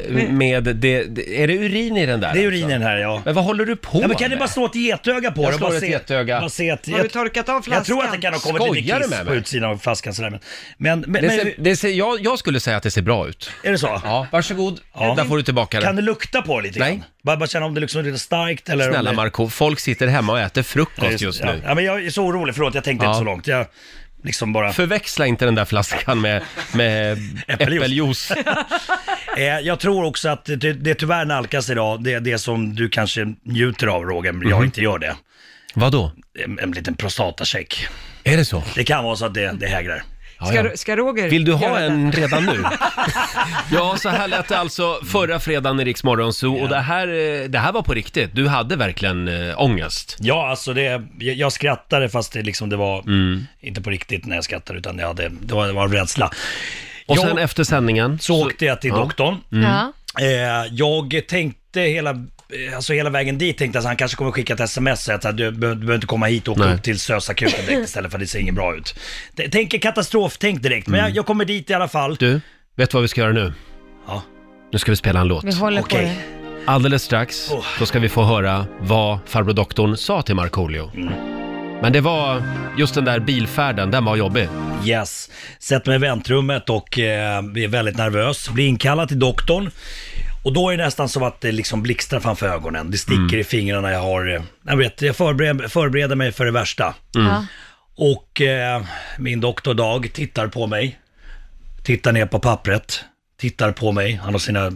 A: eh, med, det, det, är det urin i den där?
G: Det är
A: alltså?
G: urinen här ja.
A: Men vad håller du på
G: Ja, men kan ni
A: med?
G: bara slå ett getöga på
A: Jag
G: det? och
A: slår
G: bara
A: ett
G: se-
A: getöga.
G: Bara se ett,
C: Har du
G: jag,
C: torkat av flaskan?
G: jag tror att det kan ha kommit
A: Skojar
G: lite
A: du
G: kiss
A: med
G: på
A: mig?
G: utsidan av flaskan sådär. Men, men, men,
A: det ser,
G: men
A: det ser, jag, jag skulle säga att det ser bra ut.
G: är det så?
A: Ja, varsågod.
G: Ja.
A: Där får du tillbaka
G: Kan
A: den.
G: du lukta på det lite
A: Nej.
G: grann? Bara, bara känna om det liksom är lite starkt eller... om
A: Snälla
G: det...
A: Marco, folk sitter hemma och äter
G: Ja,
A: frukost just
G: ja.
A: nu.
G: Ja, men jag är så orolig, förlåt jag tänkte
A: Ja.
G: inte så långt. Jag liksom bara...
A: Förväxla inte den där flaskan med, med
G: [laughs] Äppeljuice.
A: äppeljuice.
G: Eh, jag tror också att det, det tyvärr nalkas idag, det är det som du kanske njuter av Roger, men
A: Mhm.
G: jag inte gör det.
A: Vadå?
G: En, en liten prostatacheck.
A: Är det så?
G: Det kan vara så att det, det hägrar.
A: Ja, ja.
C: Ska, ska Roger
A: Vill du ha
C: göra den?
A: en redan nu? [laughs] ja, så här lät det alltså förra fredagen i Rix Morgon Zoo och det här, eh, det här var på riktigt. Du hade verkligen äh, ångest.
G: Ja, alltså det, jag, jag skrattade fast det liksom det var
A: Mm.
G: inte på riktigt när jag skrattade utan jag hade, det, var, det var en rädsla.
A: Och
G: Jag-
A: sen efter sändningen
G: Så åkte jag till
A: ja. Mm.
G: doktorn.
B: Ja.
G: Eh, jag tänkte hela, eh, alltså hela vägen dit tänkte jag att han kanske kommer skicka ett sms och säga att så här, du, behöver- du behöver inte komma hit och åka
A: Nej.
G: upp till SÖS-akuten direkt istället för det ser inget bra ut. T- Tänk katastrof, tänk direkt. Men jag, jag kommer dit i alla fall.
A: Mm. Du, vet du vad vi ska göra nu?
G: Ja.
A: Nu ska vi spela en låt.
B: Vi håller
G: Okej.
B: på det.
A: Alldeles strax
G: Oh.
A: då ska vi få höra vad farbror doktorn sa till Markoolio. Men det var just den där bilfärden, den var jobbig.
G: Yes. Sätter mig i väntrummet och eh, är väldigt nervös. Blir inkallad till doktorn. Och då är det nästan som att det liksom blixtrar framför ögonen. Det sticker
A: Mm.
G: i fingrarna. Jag, har, eh, jag, vet, jag förbereder, förbereder mig för det värsta.
B: Ja.
G: Och eh, min doktor Dag tittar på mig. Tittar ner på pappret. Tittar på mig. Han har sina,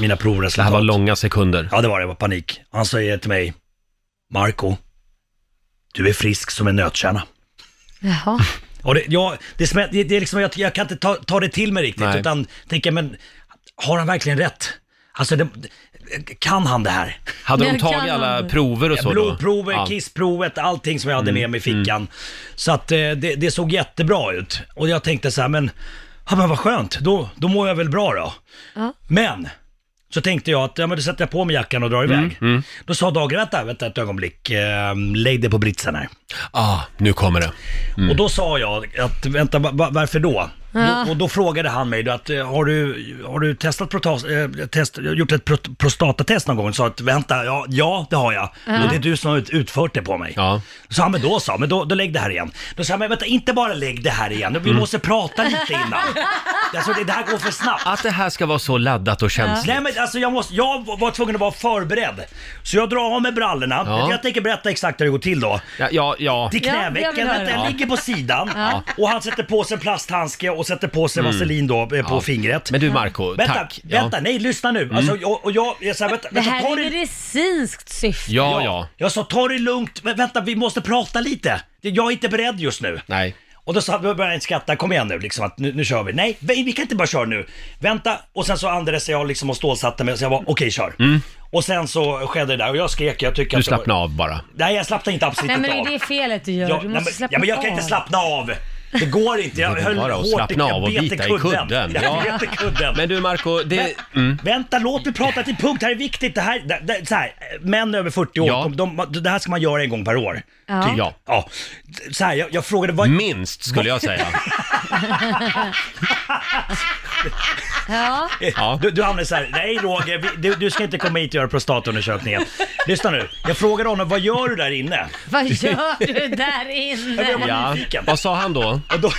G: mina
A: Det
G: provresultat.
A: här var långa sekunder.
G: Ja, det var det. Jag var panik. Han säger till mig. Marco, du är frisk som en nötkärna.
B: Jaha.
G: Och det, ja, det, smä- det, det är liksom, jag, jag kan inte ta, ta det till mig riktigt,
A: Nej.
G: utan tänker, men har han verkligen rätt? Alltså, det, kan han det här?
A: Hade
B: Men
A: de
B: kan
A: tagit
B: han-
A: alla prover och så då?
G: Blodprover,
A: Ja. Mm,
G: kissprovet, allting som jag hade med mig i fickan. Så att eh, det, det såg jättebra ut. Och jag tänkte så här, men, ja, men vad skönt, då, då mår jag väl bra då.
B: Ja.
G: Men, så tänkte jag att, ja men då sätter jag på mig jackan och drar
A: Mm,
G: iväg. Då sa Dag, vänta, vänta ett ögonblick, eh, lägg dig på britsen här.
A: Ah, nu kommer det.
G: Och då sa jag att, vänta, va, va, varför då? Då- Och då frågade han mig då att, eh, har du, har du testat protas, eh, test, gjort ett pro, prostatatest någon gång? Så att, vänta, ja, ja det har jag. Och det är du som har ut, utfört det på mig.
A: Ja.
G: Så han, men då sa men då, då lägg det här igen. Då sa han, men vänta, inte bara lägg det här igen,
A: Mm.
G: vi måste prata lite innan. alltså, det, det här går för snabbt.
A: Att det här ska vara så laddat och känsligt.
G: Nej men alltså jag, måste, jag var tvungen att vara förberedd. Så jag drar av mig brallorna.
A: Ja.
G: Jag tänker berätta exakt hur det går till då.
A: Ja, ja, ja.
G: Till
B: Ja, jag
G: knävecken,
B: vill höra.
G: vänta, jag ligger på sidan och han sätter på sig en plasthandske och sätter på sig vaselin då eh, på
A: Mm. Ja.
G: fingret.
A: Men du Marco,
G: vänta,
A: tack. Mm.
G: vänta, nej lyssna nu. Alltså, jag, och jag, jag sa vänta,
B: Det
G: vänta,
B: här
G: ta
B: är
G: det...
B: medicinskt syfte.
A: Ja, ja.
G: Jag sa ta det lugnt, men vänta vi måste prata lite. Jag är inte beredd just nu.
A: Nej.
G: Och då sa han, började han skratta, kom igen nu liksom att nu, nu kör vi. Nej, vi vi kan inte bara köra nu. Vänta, och sen så andades jag liksom och stålsatte mig och så jag var okej kör. Och sen så skedde det där och jag skrek, jag tycker
A: Mm. Du
G: att det var-
A: slappnade av bara.
G: Nej jag slappnade inte absolut
B: Nej men
G: inte
B: det är
G: av.
B: det felet du gör.
G: Ja,
B: du
G: nej,
B: måste
G: men,
B: slappna
G: ja, men jag
B: av.
G: kan inte slappna av. Det går inte. Jag
A: Det är
G: höll
A: bara att
G: hårt.
A: slappna
G: jag
A: av och
G: bet
A: bita i kudden.
G: Jag
A: Ja.
G: bet i kudden.
A: Men du Marco, det... mm.
G: Vä- Vänta, låt mig prata till punkt. Det här är viktigt. Det här, det, det, så här, män över 40 år,
A: Ja.
G: de, de, det här ska man göra en gång per år.
B: Ja.
G: Typ.
A: Ja.
G: ja. Så här, jag, jag frågade vad...
A: Minst skulle jag säga.
G: [laughs]
B: Ja.
A: Ja.
G: eh, Du, du hamnade så här, nej Roger, vi, du, du ska inte komma hit och göra prostatundersökningen. Lyssna nu, jag frågade honom, vad gör du där inne?
B: Vad gör
G: [laughs]
B: du där inne?
A: Ja. Vad sa han då?
G: Och då,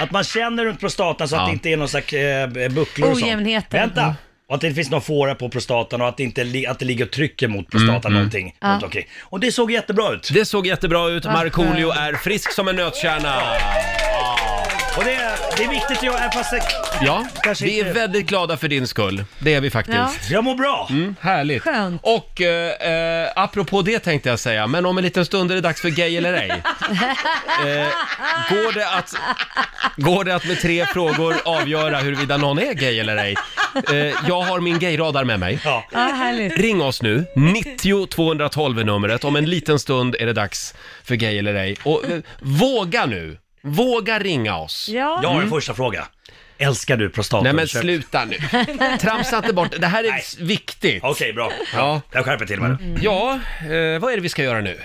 G: att man känner runt prostatan så att
A: Ja.
G: det inte är någon slags eh, bucklor och sånt.
B: Ojämnheter.
G: Vänta!
B: Mm.
G: Och att det inte finns någon fåra på prostatan och att det, inte li- att det ligger och trycker mot
A: Mm,
G: prostatan någonting. runt omkring. Och det såg jättebra ut.
A: Det såg jättebra ut.
B: Vad
A: Markoolio
B: skönt.
A: är frisk som en nötkärna. Ja.
G: Och det är, det är viktigt att jag, även fast jag,
A: Ja,
G: Kanske
A: vi är
G: inte-
A: väldigt glada för din skull. Det är vi faktiskt.
G: jag mår bra.
A: Mm, härligt.
B: Skönt.
A: Och eh, eh, apropå det tänkte jag säga, men om en liten stund är det dags för Gay eller
B: [laughs]
A: ej. Eh, går, det att, går det att med tre frågor avgöra huruvida någon är gay eller ej? Eh, jag har min gayradar med mig.
G: Ja.
B: Ja, härligt.
A: Ring oss nu, 90 212 är numret. Om en liten stund är det dags för Gay eller ej. Och eh, våga nu, våga ringa oss.
B: Ja.
G: Jag har en första fråga. Älskar du
A: Mm. Nej men
G: prostatundersökning?
A: sluta nu. Tramsa inte bort, det här är s- viktigt.
G: Okej, bra.
A: Ja.
G: Jag skärper till mig
B: Mm.
G: nu.
A: Ja, eh, vad är det vi ska göra nu?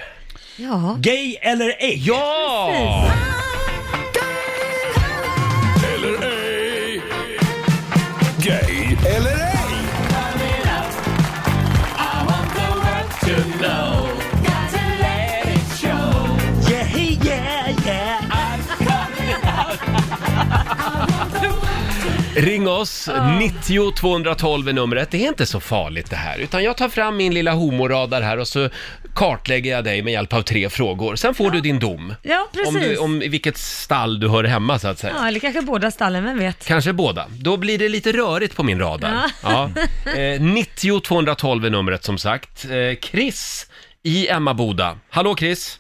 B: ja.
G: Gay eller ej?
A: Ja!
D: Gay eller ej?
G: Yeah, yeah, yeah.
A: Ring oss, 90 212 är numret. Det är inte så farligt det här, utan jag tar fram min lilla homoradar här och så kartlägger jag dig med hjälp av tre frågor. Sen får du din dom.
B: Ja,
A: Om, du,
B: precis.
A: om i vilket stall du hör hemma så att säga.
B: Ja, eller kanske båda stallen, vem vet?
A: Kanske båda. Då blir det lite rörigt på min radar. Ja. Eh, 90 212 är numret som sagt. Eh, Chris i Emmaboda. Hallå Chris!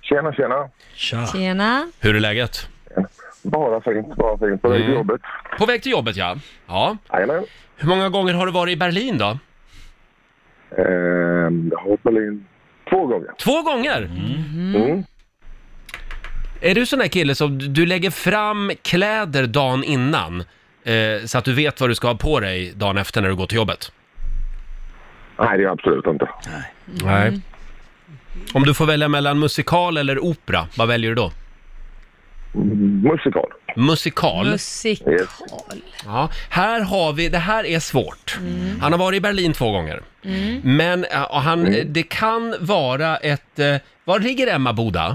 I: Tjena, tjena.
G: Tja.
B: Tjena.
A: Hur är läget?
I: Bara fint, bara fint. På väg till jobbet.
A: På väg till jobbet ja. Ja.
I: Jajamän.
A: Hur många gånger har du varit i Berlin då?
I: Ehm, Jag har varit i Berlin två gånger.
A: Två gånger?
I: Mm.
A: Är du sån där kille som du lägger fram kläder dagen innan? Eh, så att du vet vad du ska ha på dig dagen efter när du går till jobbet?
I: Nej, det är jag absolut inte.
A: Nej. Mm. Om du får välja mellan musikal eller opera, vad väljer du då?
I: Mm, Musikal.
A: Musikal?
B: Musikal.
A: Ja, här har vi, det här är svårt. Han har varit i Berlin två gånger. Men eh, och han, eh, det kan vara ett, eh, var ligger Emma Boda?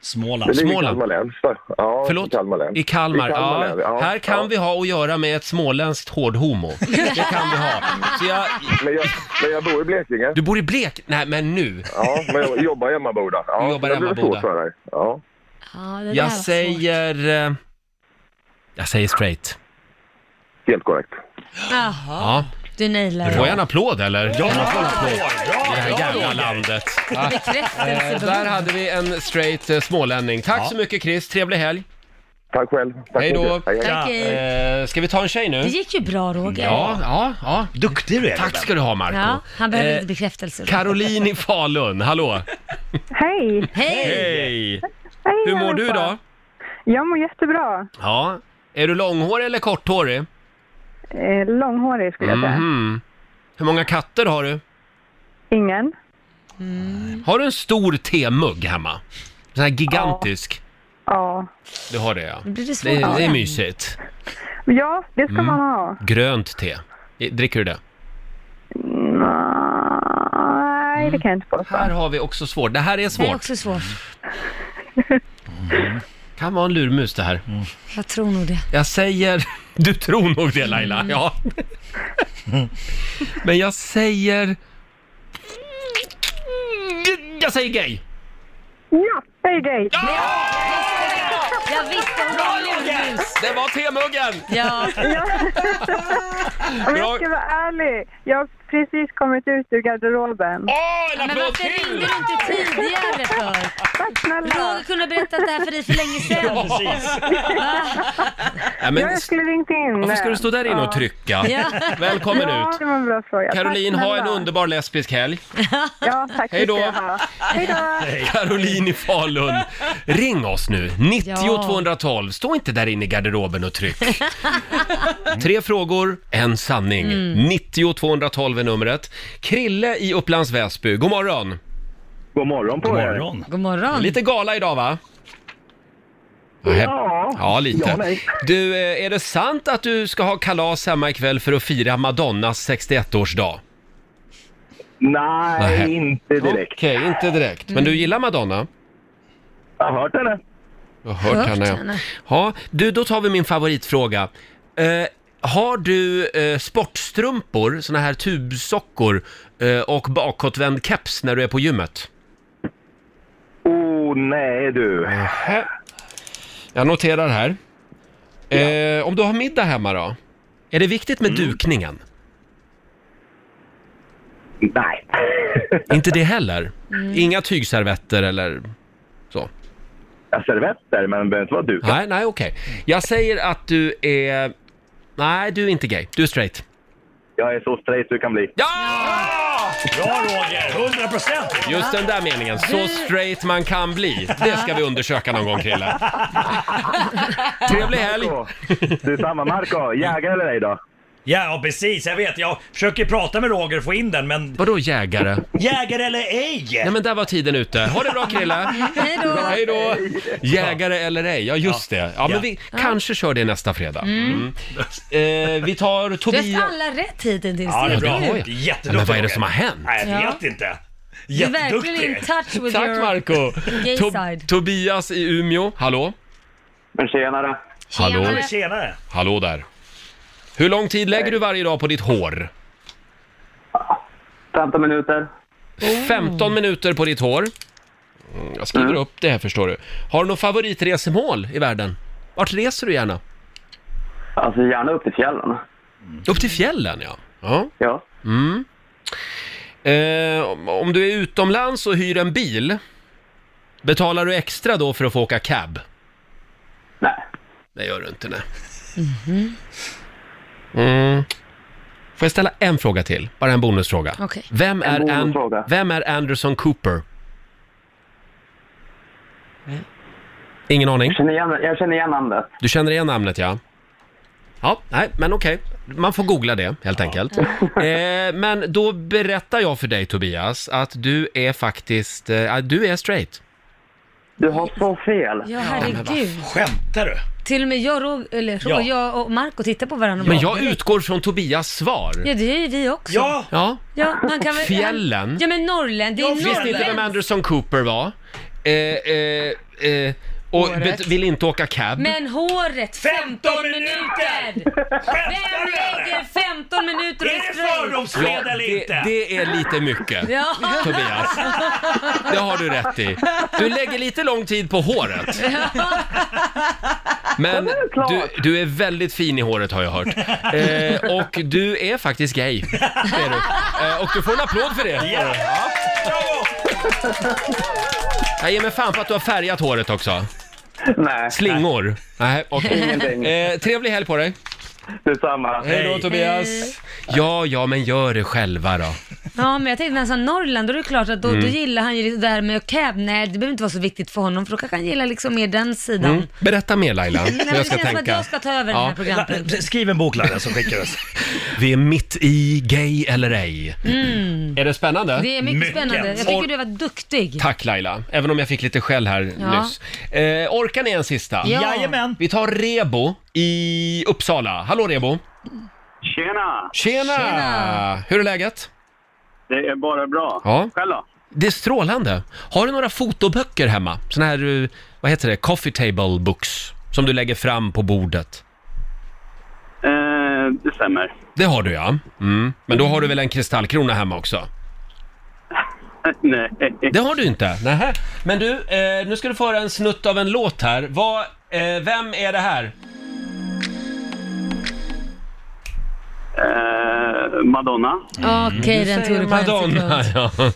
I: Det
G: Småland.
I: ligger i
A: Småland.
I: Kalmar län. så- Ja,
A: Förlåt?
I: I Kalmar län.
A: I Kalmar.
I: I Kalmar
A: ja.
I: län, ja.
A: Här kan
I: Ja.
A: vi ha att göra med ett småländskt hårdhomo. Det kan vi ha. Så jag,
I: Men jag, men jag bor i Blekinge.
A: du bor i Blek... Nej men nu.
I: Ja, men jag jobbar i Emmaboda. Ja,
A: Du jobbar i
I: det blir
A: Emmaboda.
I: svårt för dig. Ja.
B: Ja, det där var
A: Jag
B: svårt.
A: säger... eh, Jag säger straight.
I: Helt korrekt.
B: Jaha,
A: Ja.
B: du nailar
A: Får
B: det.
A: jag en applåd eller? Ja, jag får en applåd.
G: Bra,
A: Det här
G: bra,
A: jävla
G: Roger.
A: landet. Ja. Eh,
B: Bekräftelse.
A: Där hade vi en straight eh, smålänning. Tack så mycket Chris, trevlig helg.
I: Tack själv. Tack
A: Hej då.
I: mycket. Hej, hej.
B: Tack, hej.
A: Eh, ska vi ta en tjej nu?
B: Det gick ju bra Roger.
A: Ja, ja, ja.
G: Duktig du är.
A: Tack ska du ha Marco.
B: Ja, han behöver
A: Eh,
B: lite bekräftelse. Roger.
A: Caroline i Falun, hallå!
H: Hej!
B: Hej!
A: Hej! Hur mår du idag?
H: Jag mår jättebra.
A: Ja. Är du långhårig eller korthårig?
H: Eh, långhårig skulle jag säga.
A: Mhm. Hur många katter har du?
H: Ingen.
A: Har du en stor temugg hemma? Sån här gigantisk?
H: Ja.
A: Du har det ja.
B: Nu blir det svårt.
A: Det, det är mysigt.
H: Ja, det ska
A: Mm.
H: man ha.
A: Grönt te. I- Dricker du det?
H: Nej,
A: Mm.
H: det kan jag inte påstå.
A: Här har vi också svårt. Det här är
B: Det är
A: svårt.
B: också svårt.
A: Kan vara en lurmus det här.
B: Mm. Jag tror nog det.
A: Jag säger... [laughs] Du tror nog det Laila,
B: Mm.
A: ja. Men jag säger... Jag säger gay!
H: Ja, hej dig!
B: Jag visste hon var lurmus.
A: Det var temuggen!
B: Ja,
H: Om
A: Bra.
H: jag ska vara ärlig, jag har precis kommit ut ur garderoben.
A: Åh, en
B: men
A: applåd
B: varför ringde
A: till!
B: du inte tidigare för?
H: Tack snälla!
B: Roger kunde ha berättat det här för dig för länge sedan.
G: Precis.
A: Ja,
H: Ja,
A: men,
H: jag skulle ringt in.
A: varför ska du stå där inne och trycka?
B: Ja.
A: Välkommen
H: Ja,
A: ut!
H: det var en bra fråga.
A: Caroline,
H: Tack
A: ha en
H: snälla.
A: underbar lesbisk helg.
H: Ja, tack
A: Hej då.
H: ska du ha. Hej då!
A: Caroline i Falun, ring oss nu! 90
B: Ja.
A: 212, stå inte där inne i garderoben och tryck. Tre frågor, en sanning. 90 212 är numret. Krille i Upplands Väsby, god morgon.
I: God morgon på
G: God
I: er.
G: morgon.
B: God morgon.
A: Lite gala idag va? Ja, ja lite.
I: Ja, nej.
A: du, eh, är det sant att du ska ha kalas hemma ikväll för att fira Madonnas 61-årsdag?
I: Nej,
A: Nähä.
I: inte direkt.
A: Okej, inte direkt. Men du gillar Madonna?
I: Jag har hört henne.
A: Jag har hört,
B: Hört
A: henne.
B: henne.
A: Ja, du, då tar vi min favoritfråga. Eh, har du eh, sportstrumpor, såna här tubsockor eh, och bakåtvänd keps när du är på gymmet?
I: Oh, nej du.
A: Jag noterar här. Eh, om du har middag hemma då? Är det viktigt med dukningen?
I: Nej.
J: [laughs]
A: Inte det heller? Inga tygservetter eller så?
J: Ja, servetter, men det behöver inte vara dukat.
A: Nej, nej, okej. Jag säger att du är... Nej, du är inte gay. Du är straight.
J: Jag är så straight du kan bli.
A: Ja!
G: Bra Roger, 100 procent!
A: Just den där meningen. Så straight man kan bli. Det ska vi undersöka någon gång, Krille. Trevlig helg!
J: Du samma Marco, jägare eller ej då?
G: Ja, precis, jag vet. Jag försöker prata med Roger och få in den, men
A: Vadå jägare?
G: jägare eller ej?
A: Nej men där var tiden ute. Ha det bra Krille!
B: Hej då!
A: Hej då! Jägare eller ej, ja just det. Ja men vi kanske kör det nästa fredag. Mm. Eh, vi tar
B: Du har
A: Tobias...
B: haft alla rätt hittills.
G: Ja, det är
A: Ja,
G: bra.
A: det har jag.
G: Jätteduktig
A: Men vad är det
G: Roger.
A: som har hänt?
G: Nej, jag
B: Ja.
G: vet inte.
B: Du är verkligen in
G: Jätteduktig.
B: touch with
A: Tack
B: your...
A: Marco!
B: Gay
A: To-
B: side.
A: Tobias i Umeå, hallå?
I: Men tjenare.
A: Hallå?
B: Tjenare.
G: Tjenare.
A: Hallå där. Hur lång tid lägger du varje dag på ditt hår?
I: 15 minuter.
A: 15 minuter på ditt hår. Mm, Jag skriver upp det här förstår du. Har du något favoritresemål i världen? Vart reser du gärna?
I: Alltså gärna upp till fjällen.
A: Upp till fjällen ja. ja. Mm.
I: Ja.
A: Eh, om- om du är utomlands och hyr en bil, betalar du extra då för att få åka cab?
I: Nej.
A: Det gör du inte, nej. Mm. Får jag ställa en fråga till? Bara en bonusfråga.
B: Okej.
A: Vem, är
I: En
A: An-
I: bonusfråga.
A: Vem är Anderson Cooper? Ingen aning?
I: Jag känner igen, jag känner igen namnet.
A: Du känner igen namnet ja? Ja, nej, men okej. Man får googla det helt enkelt. [laughs] Eh, men då berättar jag för dig Tobias att du är faktiskt, eh, att du är straight.
I: Du har så fel.
B: Ja, herregud.
G: Skämtar du?
B: Till och med jag, Rog, eller, Rog,
G: Ja.
B: jag och Marco tittar på varandra. och
A: Men
B: bara,
A: jag utgår från Tobias svar.
B: Ja, det är ju vi också.
G: Ja,
A: Ja,
B: Ja, han kan väl,
A: Fjällen?
B: Ja, men norrlän. Det är
A: visste inte vem
B: norrlän.
A: Anderson Cooper var. Eh, eh, eh, och
C: Håret.
A: bet- vill inte åka cab.
B: Men håret, 15
G: 15
B: minuter!
G: skämtar
B: Vem
G: du
B: lägger
G: eller?
B: 15 minuter och
G: Är det
B: straight?
A: Ja,
G: fördomsfred eller
A: det,
G: inte?
A: det är lite mycket,
B: Ja.
A: [laughs] Tobias. Det har du rätt i. Du lägger lite lång tid på [laughs] håret. Men du, du är väldigt fin i håret har jag hört. Eh, och du är faktiskt gay. Det är du. Eh, och du får en applåd för det.
G: Ja. Bravo!
A: Jag ger mig fan på att du har färgat håret också.
I: Nej.
A: Slingor. Nej, okej.
I: Ingenting.
A: Eh, trevlig helg på dig.
I: Detsamma.
A: Hej då Tobias. Ja, ja, men gör det själva då.
B: Ja, men jag tänkte när han sa Norrland, då är det klart att då,
A: Mm.
B: då gillar han ju det här med cab. Nej, det behöver inte vara så viktigt för honom, för då kanske han gillar liksom mer den sidan.
A: Mm. Berätta mer Laila,
B: Nej,
A: hur
B: men det
A: jag ska
B: känns som att
A: tänka.
B: jag ska ta över
A: Ja.
B: den här programpunkten.
G: Skriv en bok Laila så skickar du oss.
A: Vi är mitt i Gay eller ej.
B: Mm.
A: Är det spännande?
B: Det är mycket,
G: Mycket.
B: spännande. Jag tycker du har varit duktig.
A: Tack Laila, även om jag fick lite skäll här
B: Ja.
A: nyss. Eh, orkar ni en sista?
B: Ja.
G: Jajamän.
A: Vi tar Rebo i Uppsala. Hallå Rebo!
I: Tjena!
A: Tjena!
B: Tjena.
A: Hur är läget?
I: Det är bara bra.
A: Ja.
I: Själv då?
A: Det är strålande. Har du några fotoböcker hemma? Såna här, eh, vad heter det, coffee table books? Som du lägger fram på bordet.
I: Eh, det stämmer.
A: Det har du ja. Mm. Men då har du väl en kristallkrona hemma också?
I: Nej.
A: Det har du inte? Nähä. Men du, eh, nu ska du få höra en snutt av en låt här. Vad, eh, vem är det här?
I: Eh, Madonna.
B: Okej, den tog du på
A: Madonna,
B: en sekund.
A: ja.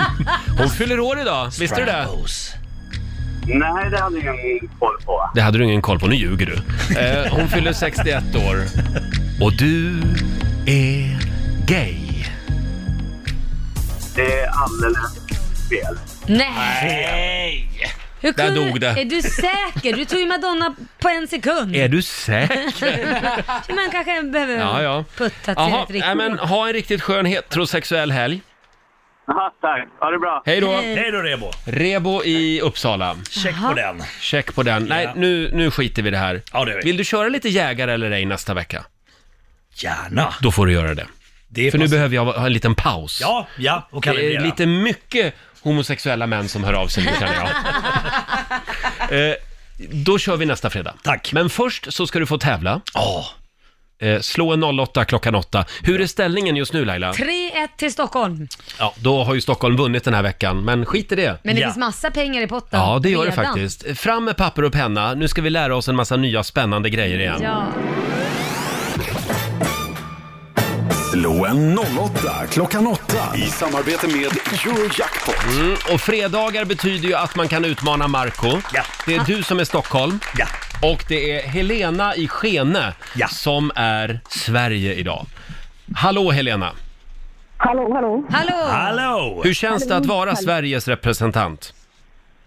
A: [laughs] Hon fyller år idag, visste du det?
G: Rose.
I: Nej, det hade jag ingen koll på.
A: Det hade du ingen koll på, nu ljuger du. Eh, hon fyller 61 år. Och du är gay.
I: Det är alldeles fel.
B: Nej!
G: Hej!
B: Hur
A: Där
B: kunde
A: dog det.
B: Du, är du säker? Du tog ju Madonna på en sekund.
A: Är du säker?
B: Man kanske behöver
A: Ja, ja.
B: putta till
A: Jaha,
B: rätt
A: nej,
B: riktning.
A: men ha en riktigt skön heterosexuell helg.
I: Aha, tack. Ha det bra.
A: Hej då!
G: Hej då Rebo.
A: Rebo i Uppsala.
G: Check på den.
A: Check på den. Nej, nu, nu skiter vi i det här.
G: Ja, det gör vi.
A: Vill du köra lite jägare eller ej nästa vecka?
G: Gärna.
A: Då får du göra det.
G: Det är
A: För nu
G: pass-
A: behöver jag ha en liten paus.
G: Ja, ja, och
A: Det är
G: kalibrera.
A: lite mycket homosexuella män som hör av sig nu känner jag. eh, då kör vi nästa fredag.
G: Tack.
A: Men först så ska du få tävla.
G: Ja.
A: Eh, slå en 08 klockan 8. Hur är ställningen just nu Laila?
B: 3-1 till Stockholm.
A: Ja, då har ju Stockholm vunnit den här veckan, men skit i det.
B: Men det finns massa pengar i potten.
A: Ja, det gör det
B: redan.
A: faktiskt. Fram med papper och penna, nu ska vi lära oss en massa nya spännande grejer igen.
B: Ja.
D: Slå en 08 klockan 8 i samarbete med Eurojackpot.
A: Mm, och fredagar betyder ju att man kan utmana Marco. Det är du som är Stockholm. Och det är Helena i Skene som är Sverige idag. Hallå Helena!
K: Hallå, hallå.
B: Hallå!
A: Hur känns det att vara
K: Hallå.
A: Sveriges representant?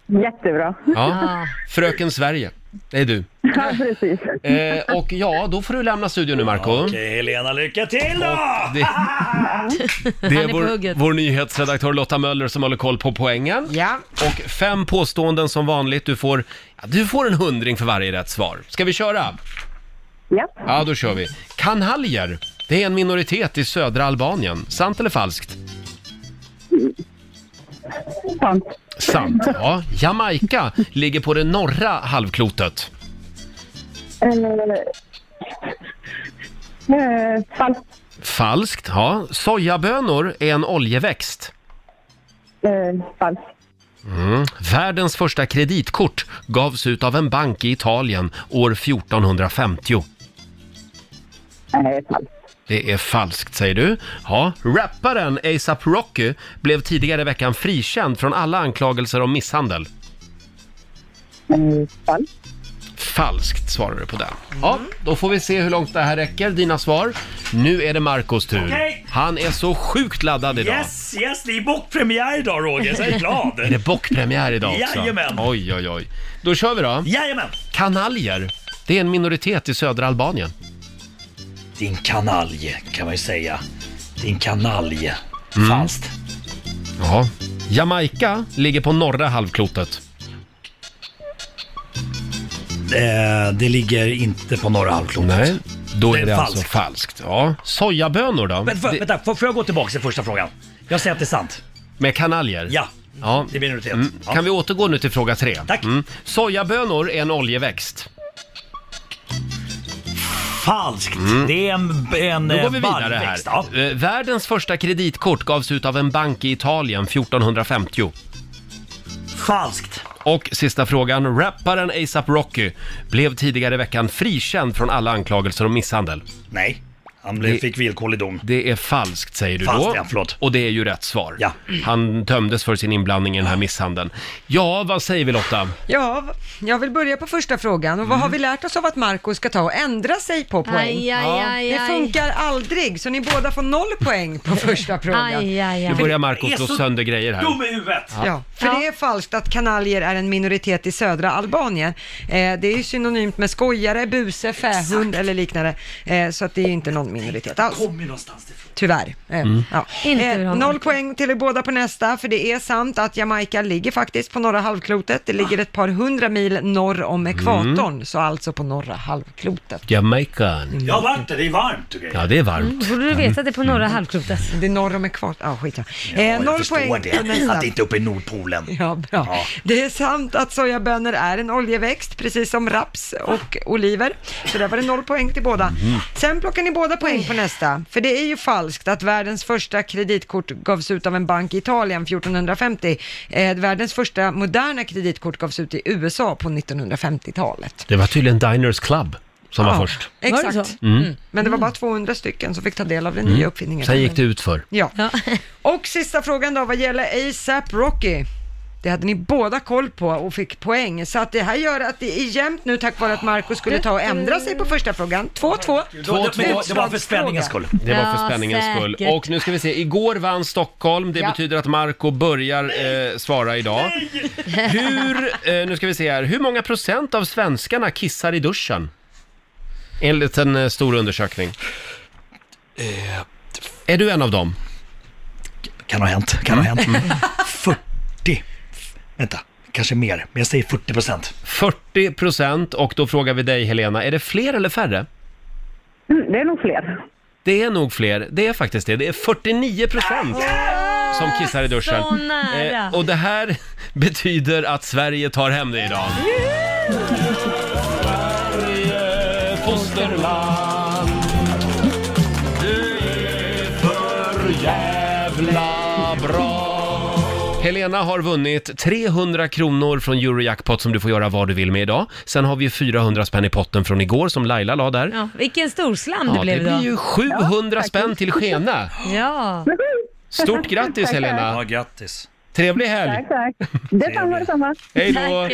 K: Jättebra.
A: Ja. Fröken Sverige, det är du.
K: Ja, precis.
A: Eh, och ja, då får du lämna studion nu Marco.
G: Okej Helena, lycka till då!
A: Och Det, det är vår, vår nyhetsredaktör Lotta Möller som håller koll på poängen.
C: Ja.
A: Och fem påståenden som vanligt. Du får, ja, du får en hundring för varje rätt svar. Ska vi köra?
K: Ja.
A: Ja, då kör vi. Kanhaljer, det är en minoritet i södra Albanien. Sant eller falskt?
K: Sant.
A: Sant, ja. Jamaica ligger på det norra halvklotet.
K: Eh, eh, Falskt.
A: Falskt, ja. Sojabönor är en oljeväxt.
K: Eh, Falskt.
A: Mm. Världens första kreditkort gavs ut av en bank i Italien år 1450.
K: Nej, falskt.
A: Det är falskt, säger du. Ja, rapparen ASAP Rocky blev tidigare i veckan frikänd från alla anklagelser om misshandel.
K: Eh, Falskt.
A: Falskt, svarar du på den. Ja, då får vi se hur långt det här räcker, dina svar. Nu är det Marcos tur.
G: Okej.
A: Han är så sjukt laddad idag.
G: Yes, yes, det är bockpremiär idag Roger, så
A: [laughs]
G: jag är glad.
A: Är det bockpremiär idag också?
G: Jajamän.
A: Oj, oj, oj. Då kör vi då.
G: Jajamän.
A: Kanaljer, det är en minoritet i södra Albanien.
G: Din kanalj kan man ju säga. Din kanalj.
A: Mm.
G: Falskt.
A: Ja. Jamaica ligger på norra halvklotet.
G: Eh, det ligger inte på norra halvklotet.
A: Nej, då är det,
G: falskt.
A: alltså falskt. Ja. Sojabönor då?
G: Vänta, får,
A: Det-
G: vänta, får, får jag gå tillbaka till första frågan? Jag säger att det är sant.
A: Med kanaljer?
G: Ja.
A: Ja.
G: Det är minoritet.
A: Mm.
G: Ja.
A: Kan vi återgå nu till fråga tre?
G: Tack.
A: Mm. Sojabönor är en oljeväxt.
G: Falskt. Det är en, en
A: Nu
G: eh,
A: Mm. går vi vidare här.
G: baljväxt. Ja.
A: Eh, Världens första kreditkort gavs ut av en bank i Italien 1450.
G: Falskt.
A: Och sista frågan. Rapparen ASAP Rocky blev tidigare i veckan frikänd från alla anklagelser om misshandel.
G: Nej, han blev,
A: Det-
G: fick villkorlig dom.
A: Det är falskt säger du
G: Falskt,
A: då.
G: ja, förlåt.
A: Och det är ju rätt svar.
G: Ja.
A: Han dömdes för sin inblandning i den här misshandeln. Ja, vad säger vi Lotta?
C: Ja, v- jag vill börja på första frågan. Och vad har vi lärt oss av att Marco ska ta och ändra sig på poäng?
B: Aj, aj,
C: Ja.
B: aj,
C: det
B: aj.
C: funkar aldrig, så ni båda får noll poäng på första frågan.
B: Aj, aj,
A: Nu
B: aj.
A: börjar Marco slå sönder grejer här.
G: Dum i huvudet!
C: Ja, för det är falskt att kanaljer är en minoritet i södra Albanien. Eh, det är ju synonymt med skojare, buse, fähund eller liknande. Eh, så att det är ju inte någon minoritet alls.
G: Kommer någonstans ifrån.
C: Tyvärr. Eh,
G: Mm.
C: ja.
B: Inte ur
C: eh,
B: honom.
C: noll poäng till er båda på nästa, för det är sant att Jamaica ligger faktiskt på norra halvklotet. Det ligger ett par hundra mil norr om ekvatorn,
G: Mm.
C: så alltså på norra halvklotet.
A: Jamaica.
G: Jag har varit där, det är varmt och grejer.
A: Ja, det är varmt.
B: Borde du veta att det är på
A: Mm.
B: norra halvklotet?
C: Det är norr om ekvatorn, ah, skit ja, eh,
G: jag
C: Noll
G: förstår
C: poäng
G: det.
C: på nästa.
G: Att det inte är uppe i Nordpolen.
C: [laughs] Ja, bra. Det är sant att sojabönor är en oljeväxt, precis som raps och oliver. Så där var det noll poäng till båda.
A: Mhm.
C: Sen plockar ni båda poäng på nästa. För det är ju falskt att världens första kreditkort gavs ut av en bank i Italien 1450. Eh, världens första moderna kreditkort gavs ut i USA på 1950-talet.
A: Det var tydligen Diners Club som
C: Ja,
A: var först.
B: Var det
C: Exakt.
B: så?
C: Mm. Men det var bara 200 stycken som fick ta del av den nya uppfinningen.
A: Mm. Sen gick det ut för.
C: Ja.
B: Ja.
C: Och sista frågan då vad gäller ASAP Rocky. Det hade ni båda koll på och fick poäng. Så att det här gör att det är jämnt nu tack vare att Marco skulle ta och ändra sig på första frågan. 2-2.
A: Två,
G: Det var- det var för
C: Utslagsfråga.
G: spänningens skull.
A: Det var för
B: Ja,
A: spänningens skull.
B: säkert.
A: Och nu ska vi se, igår vann Stockholm. Det
B: Ja.
A: betyder att Marco börjar eh, svara idag. Hur, eh, nu ska vi se här, hur många procent av svenskarna kissar i duschen? Enligt en eh, stor undersökning. Eh, Är du en av dem?
G: Kan ha hänt, kan ha hänt. 40. Vänta, kanske mer. Men jag säger 40 procent.
A: 40 procent och då frågar vi dig Helena, är det fler eller färre?
K: Mm, Det är nog fler.
A: Det är nog fler, det är faktiskt det. Det är 49 procent som kissar i duschen. Eh,
B: Så nära.
A: och det här [laughs] betyder att Sverige tar hem det idag. Sverige, fosterland. Helena har vunnit 300 kronor från Eurojackpot som du får göra vad du vill med idag. Sen har vi 400 spänn i potten från igår som Laila la där.
B: Ja, vilken stor slam
A: Ja,
B: det blev
A: det blir
B: då.
A: ju 700 spänn till Skena.
B: Ja.
A: Stort grattis Helena!
G: grattis!
A: Trevlig helg!
K: Tack, tack. Detsamma, detsamma.
A: Hej då!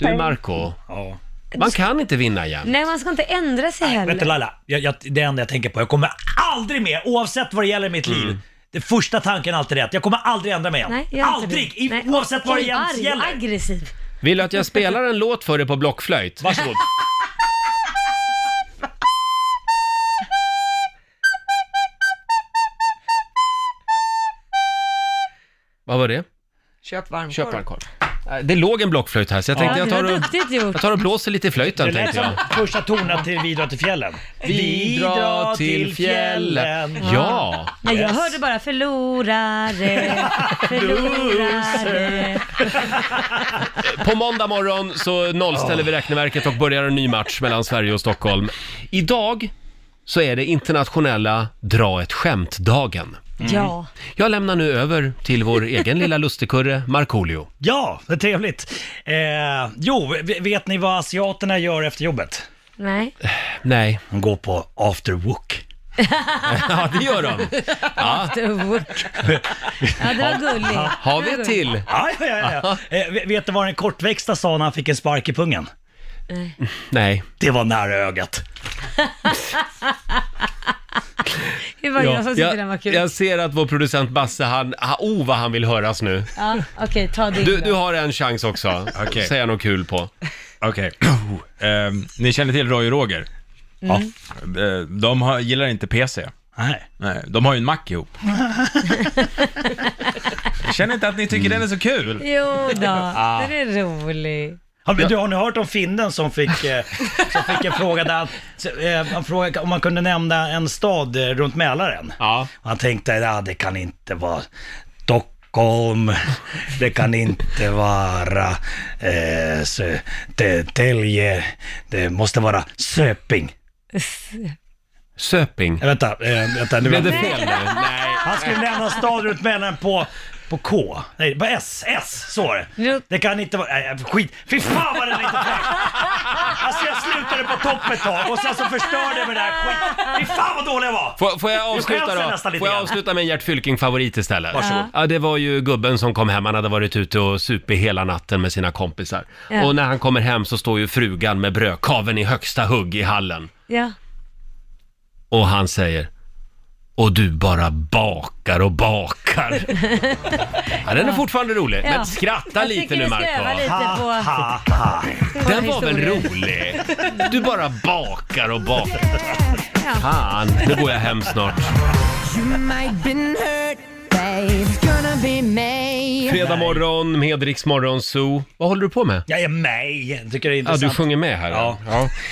A: Du
K: Hej.
A: Marco,
G: Ja.
A: man kan inte vinna igen.
B: Nej, man ska inte ändra sig heller.
G: Vänta Laila, jag, jag, det enda jag tänker på, jag kommer aldrig mer, oavsett vad det gäller i mitt liv, det första tanken är alltid rätt. Jag kommer aldrig ändra mig igen.
B: Nej, gör inte
G: aldrig!
B: det.
G: I,
B: Nej.
G: Oavsett vad det
B: Okej,
G: ens
B: arg,
G: gäller.
B: aggressiv.
A: Vill du att jag spelar en låt för dig på blockflöjt?
G: Varsågod.
A: Vad var det?
C: Köp varmkorv.
A: Köp varmkorv. Nej, Det låg en blockflöjt här så jag tänkte
G: Ja,
A: jag
G: det
A: tar
G: var
A: och,
G: duktigt gjort.
A: jag tar och blåser lite i flöjten
G: Det lät
A: tänkte
G: som
A: jag.
G: första tonen till Vi drar till fjällen.
A: Vi drar till fjällen. Ja.
B: Nej, jag
G: Yes.
B: hörde bara
G: [laughs]
B: förlorare, förlorare.
A: På måndag morgon så nollställer vi räkneverket och börjar en ny match mellan Sverige och Stockholm. Idag så är det internationella dra ett skämt-dagen.
B: Ja.
A: Jag lämnar nu över till
F: [laughs]
A: vår egen lilla lustigkurre Markoolio.
G: Ja, det är trevligt. Eh, jo, v- vet ni vad asiaterna gör efter jobbet?
B: Nej.
A: Nej.
G: De går på after work.
A: ja, det gör de. Ja.
B: Ja, det var gulligt.
A: Har vi ett till?
G: Ja, ja, ja. ja. Eh, v- vet du vad den kortväxta sa när han fick en spark i pungen?
B: Nej.
A: Nej.
G: Det var nära ögat.
B: Det var jag som tyckte den var kul.
A: jag ser att vår producent Basse, han, ah, oh vad han vill höras nu.
B: Ja, okej, ta din
A: Du,
B: då.
A: du har en chans också,
F: Okej.
A: säga något kul på.
F: Okej. [clears throat] Ehm, ni känner till Roy och Roger?
B: Mm.
F: Eh, De har, gillar inte PC.
G: Nej.
F: Nej, de har ju en mack ihop. Jag känner inte att ni tycker den är så kul.
B: Jo då,
G: Ah.
B: den är rolig.
G: Ja, men du har ni hört om finnen som fick, eh, som fick en fråga där han, så, eh, han frågade om man kunde nämna en stad eh, runt Mälaren.
A: Ja.
G: Och han tänkte, ja det kan inte vara Stockholm, det kan inte vara eh, Södertälje, det måste vara Söping.
A: Söping.
G: Äh, vänta, eh, vänta. Nu
A: Blev det fel nu? Nej.
G: Han skulle nämna en stad runt Mälaren på, på K. Nej, på S. S. Så var det. Det kan inte vara... Nej, skit. Fy fan vad den är inte fräck. Alltså jag slutade på topp ett tag och sen så förstörde jag med det här skit. Fy fan vad dålig jag var.
A: Får, får jag
G: Nu skäms jag
A: avsluta
G: nästan
A: då?
G: lite
A: Får jag
G: grann.
A: avsluta med en Gert Fylking-favorit istället?
G: Varsågod.
A: Ja, det var ju gubben som kom hem, han hade varit ute och supit hela natten med sina kompisar.
B: Ja.
A: Och när han kommer hem så står ju frugan med brödkaven i högsta hugg i hallen.
B: Ja.
A: Och han säger och du bara bakar och bakar.
B: [laughs]
A: Ja, den är fortfarande rolig,
B: Ja.
A: men skratta
B: Jag
A: lite
B: tycker
A: nu
B: vi ska öva
A: Marco.
B: lite på- på
A: Den var väl
B: historien.
A: rolig? Du bara bakar och bakar. Fan, nu går jag hem snart. Fredag morgon med Rix Morgon Zoo. Vad håller du på med?
G: Jag är mig. Tycker det är
A: Ja,
G: intressant.
A: du sjunger med här.
G: Ja.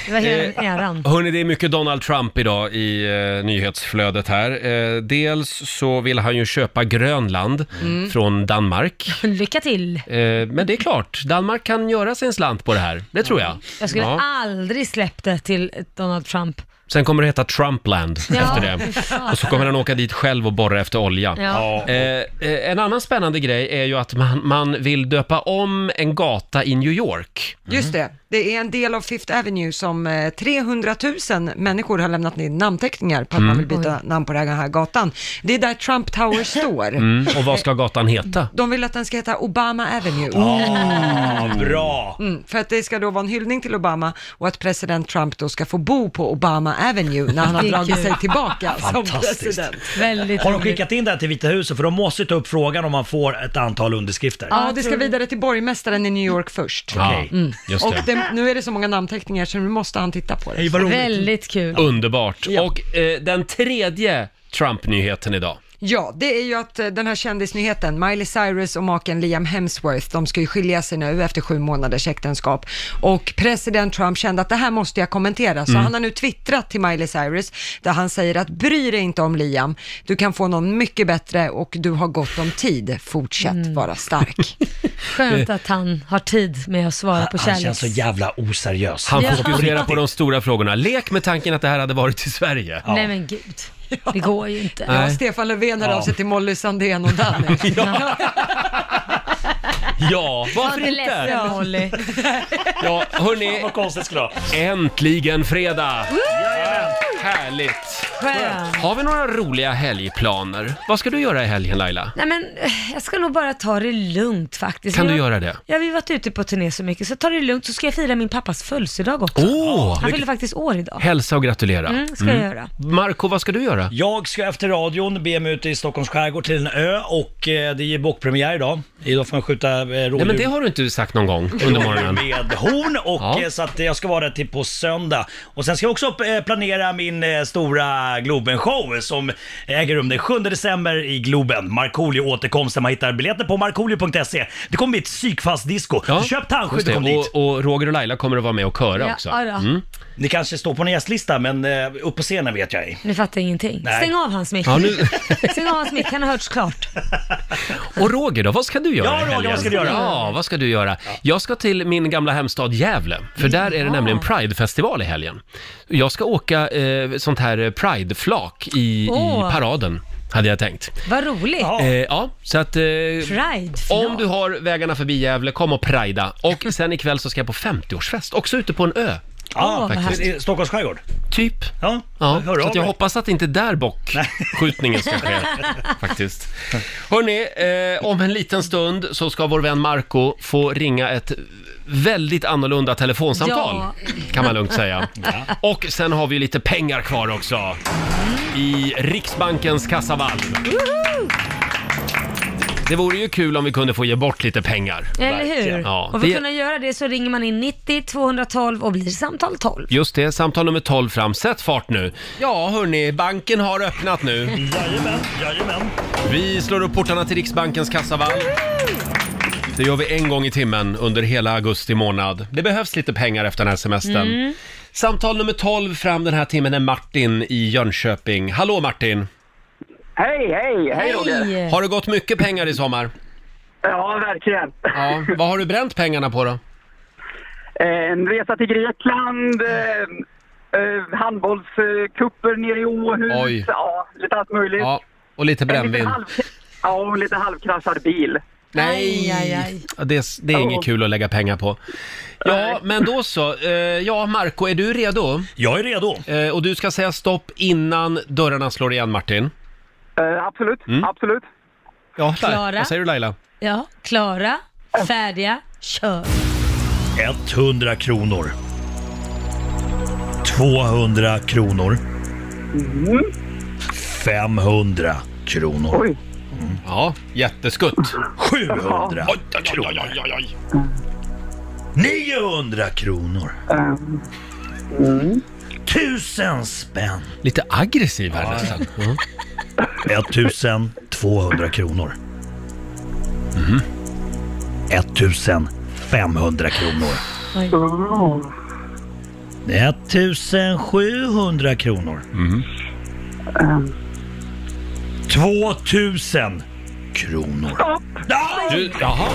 B: Det var
A: Eh.
B: hela eran.
A: Hörni, det är mycket Donald Trump idag i eh, nyhetsflödet här. Eh, dels så vill han ju köpa Grönland
G: Mm.
A: från Danmark.
B: Lycka till.
A: Eh, men det är klart, Danmark kan göra sin slant på det här. Det tror jag.
B: Jag skulle
A: Ja.
B: aldrig släppt det till Donald Trump.
A: Sen kommer det heta Trumpland
B: Ja,
A: efter det.
B: fy fan.
A: Och så kommer han åka dit själv och borra efter olja.
B: Ja.
A: Eh, eh, en annan spännande grej är ju att man, man vill döpa om en gata i New York.
C: Just det, det är en del av Fifth Avenue som eh, 300 000 människor har lämnat in namnteckningar på att man vill
A: Mm.
C: byta namn på den här gatan. Det är där
A: [laughs]
C: Trump Tower står.
A: Mm. Och vad ska gatan heta?
B: Mm.
C: De vill att den ska heta Obama Avenue.
G: Ah, bra.
C: Mm, för att det ska då vara en hyllning till Obama och att president Trump då ska få bo på Obama Avenue när han har
B: [laughs] Det är
C: dragit
B: kul.
C: sig tillbaka som
G: Fantastiskt.
C: president.
B: Väldigt
G: Har de
B: roligt.
G: skickat in det här till Vita huset? För de måste ta upp frågan om man får ett antal underskrifter.
C: Ja, det ska vidare till borgmästaren i New York först.
A: Ja,
C: Mm.
A: just
C: Och
A: det.
C: det, nu är det så många namnteckningar så nu måste han titta på det.
G: Hej, vad roligt.
B: Väldigt kul.
A: Underbart. Och eh, den tredje Trump-nyheten idag.
C: Ja, det är ju att eh, den här kändisnyheten, Miley Cyrus och maken Liam Hemsworth, de ska ju skilja sig nu efter sju månaders äktenskap. Och president Trump kände att det här måste jag kommentera, så han har nu twittrat till Miley Cyrus, där han säger att bry dig inte om Liam, du kan få någon mycket bättre och du har gott om tid, fortsätt vara stark.
B: Skönt att han har tid med att svara på
G: Han känns så
B: kärlek.
G: jävla oseriös.
A: Han
B: Ja.
A: fokuserar på de stora frågorna. Lek med tanken att det här hade varit i Sverige.
B: Nej men gud, det går ju inte.
C: Ja,
A: Nej.
C: Stefan Löfven hör
G: Ja.
C: av sig till Molly Sandén och Danny.
A: Ja,
B: Var
A: varför
B: inte ledsen
A: inte?
B: Molly.
A: Ja, hörni. Vad
G: konstigt skulle
A: Äntligen fredag!
B: Woo!
A: Härligt!
B: Skönt.
A: Har vi några roliga helgplaner? Vad ska du göra i helgen Laila?
B: Nej men eh, jag ska nog bara ta det lugnt faktiskt.
A: Kan
B: Jag-
A: du göra det?
B: Ja, vi har varit ute på turné så mycket, så ta det lugnt så ska jag fira min pappas födelsedag också.
A: Åh!
B: Han fyller faktiskt år idag.
A: Hälsa och gratulera.
B: Mm, ska jag göra.
A: Marco, vad ska du göra?
G: Jag ska efter radion bege mig ut i Stockholms skärgård till en ö och eh, det är bockpremiär idag. Idag får man skjuta eh, rådjur.
A: Nej men det har du inte sagt någon gång under morgonen.
G: med
A: [laughs]
G: horn och
A: Ja.
G: eh, så att eh, jag ska vara där till på söndag. Och sen ska jag också upp- eh, planera min eh, stora Globen-show som äger rum den 7 december i Globen. Markoolio återkomst där man hittar biljetter på markoolio.se. Det kommer bli ett psykfast disco.
A: Ja,
G: Köp tandskydd
A: just
G: och
A: det.
G: kom dit.
A: Och, och Roger och Laila kommer att vara med och köra
B: Ja,
A: också. Mm.
B: ja då.
G: Ni kanske står på en gästlista men eh, upp på scenen vet jag ej.
B: Nu fattar jag ingenting.
G: Nej.
B: Stäng av hans mick.
G: Ja, nu-
B: [laughs] Stäng av hans mick, han har hörts klart.
A: Och Roger då, vad ska du göra
G: Ja,
A: i
G: Roger,
A: helgen?
G: vad ska du göra?
A: Ja, vad ska du göra? Jag ska till min gamla hemstad Gävle, för
B: Mm.
A: där är det
B: Ah.
A: nämligen Pride-festival i helgen. Jag ska åka eh, sånt här eh, Pride-flak i,
B: Åh.
A: i paraden, hade jag tänkt.
B: Vad roligt.
A: Eh, ja, så att... Eh,
B: Pride.
A: om du har vägarna förbi Gävle, kom och prida. Och sen ikväll så ska jag på 50-årsfest, också ute på en ö.
G: Ja,
A: faktiskt.
G: i Stockholms skärgård?
A: Typ.
G: Ja,
A: Ja,
G: hör
A: så
G: av
A: att jag
G: er.
A: hoppas att inte där bockskjutningen ska
G: [laughs]
A: ske, faktiskt. Hörni, eh, om en liten stund så ska vår vän Marco få ringa ett väldigt annorlunda telefonsamtal,
D: Ja.
A: kan man lugnt
G: [laughs]
A: säga. Och sen har vi lite pengar kvar också, i Riksbankens kassavalv. Det vore ju kul om vi kunde få ge bort lite pengar.
B: Eller hur?
A: Ja,
B: och för att
A: det,
B: kunna göra det så ringer man in 90 212 och blir samtal 12.
A: just det, samtal nummer 12 fram. Sätt fart nu. Ja, hörni, banken har öppnat nu.
G: Jajamän, jajamän.
A: Vi slår upp portarna till Riksbankens kassavalv. Det gör vi en gång i timmen under hela augusti månad. Det behövs lite pengar efter den här semestern.
D: Mm.
A: Samtal nummer 12 fram den här timmen är Martin i Jönköping. Hallå Martin!
L: Hej, hej, hej Roger!
A: Har det gått mycket pengar i sommar?
L: Ja, verkligen.
A: Ja, vad har du bränt pengarna på då?
L: Eh, En resa till Grekland, eh, eh, handbollskupper nere i Åhus,
A: Oj.
L: ja, lite allt möjligt.
A: Ja, och lite
L: En
A: brännvin.
L: liten halv, ja, och en lite halvkraschad bil.
A: Nej. Aj, Ja, Det, är- det är inget kul att lägga pengar på. Ja, men då så. Eh, Ja, Marco, är du redo? Eh,
G: Jag är redo.
A: Och du ska säga stopp innan dörrarna slår igen, Martin.
L: Eh, absolut,
A: Mm.
L: absolut.
A: Ja,
B: Klara?
A: Klara. Vad säger du Laila?
B: Ja, klara, färdiga, kör.
G: 100 kronor. 200 kronor. 500 kronor.
L: Oj.
A: Ja, jätteskutt.
G: 700
A: Oj,
G: kronor. 900 kronor. 1000 spänn.
A: Lite aggressiv här nästan.
G: 1200 kronor.
A: Mm.
G: 1500 kronor.
K: Oh.
G: 1700 kronor. 2000 kronor.
A: [laughs] Du, jaha.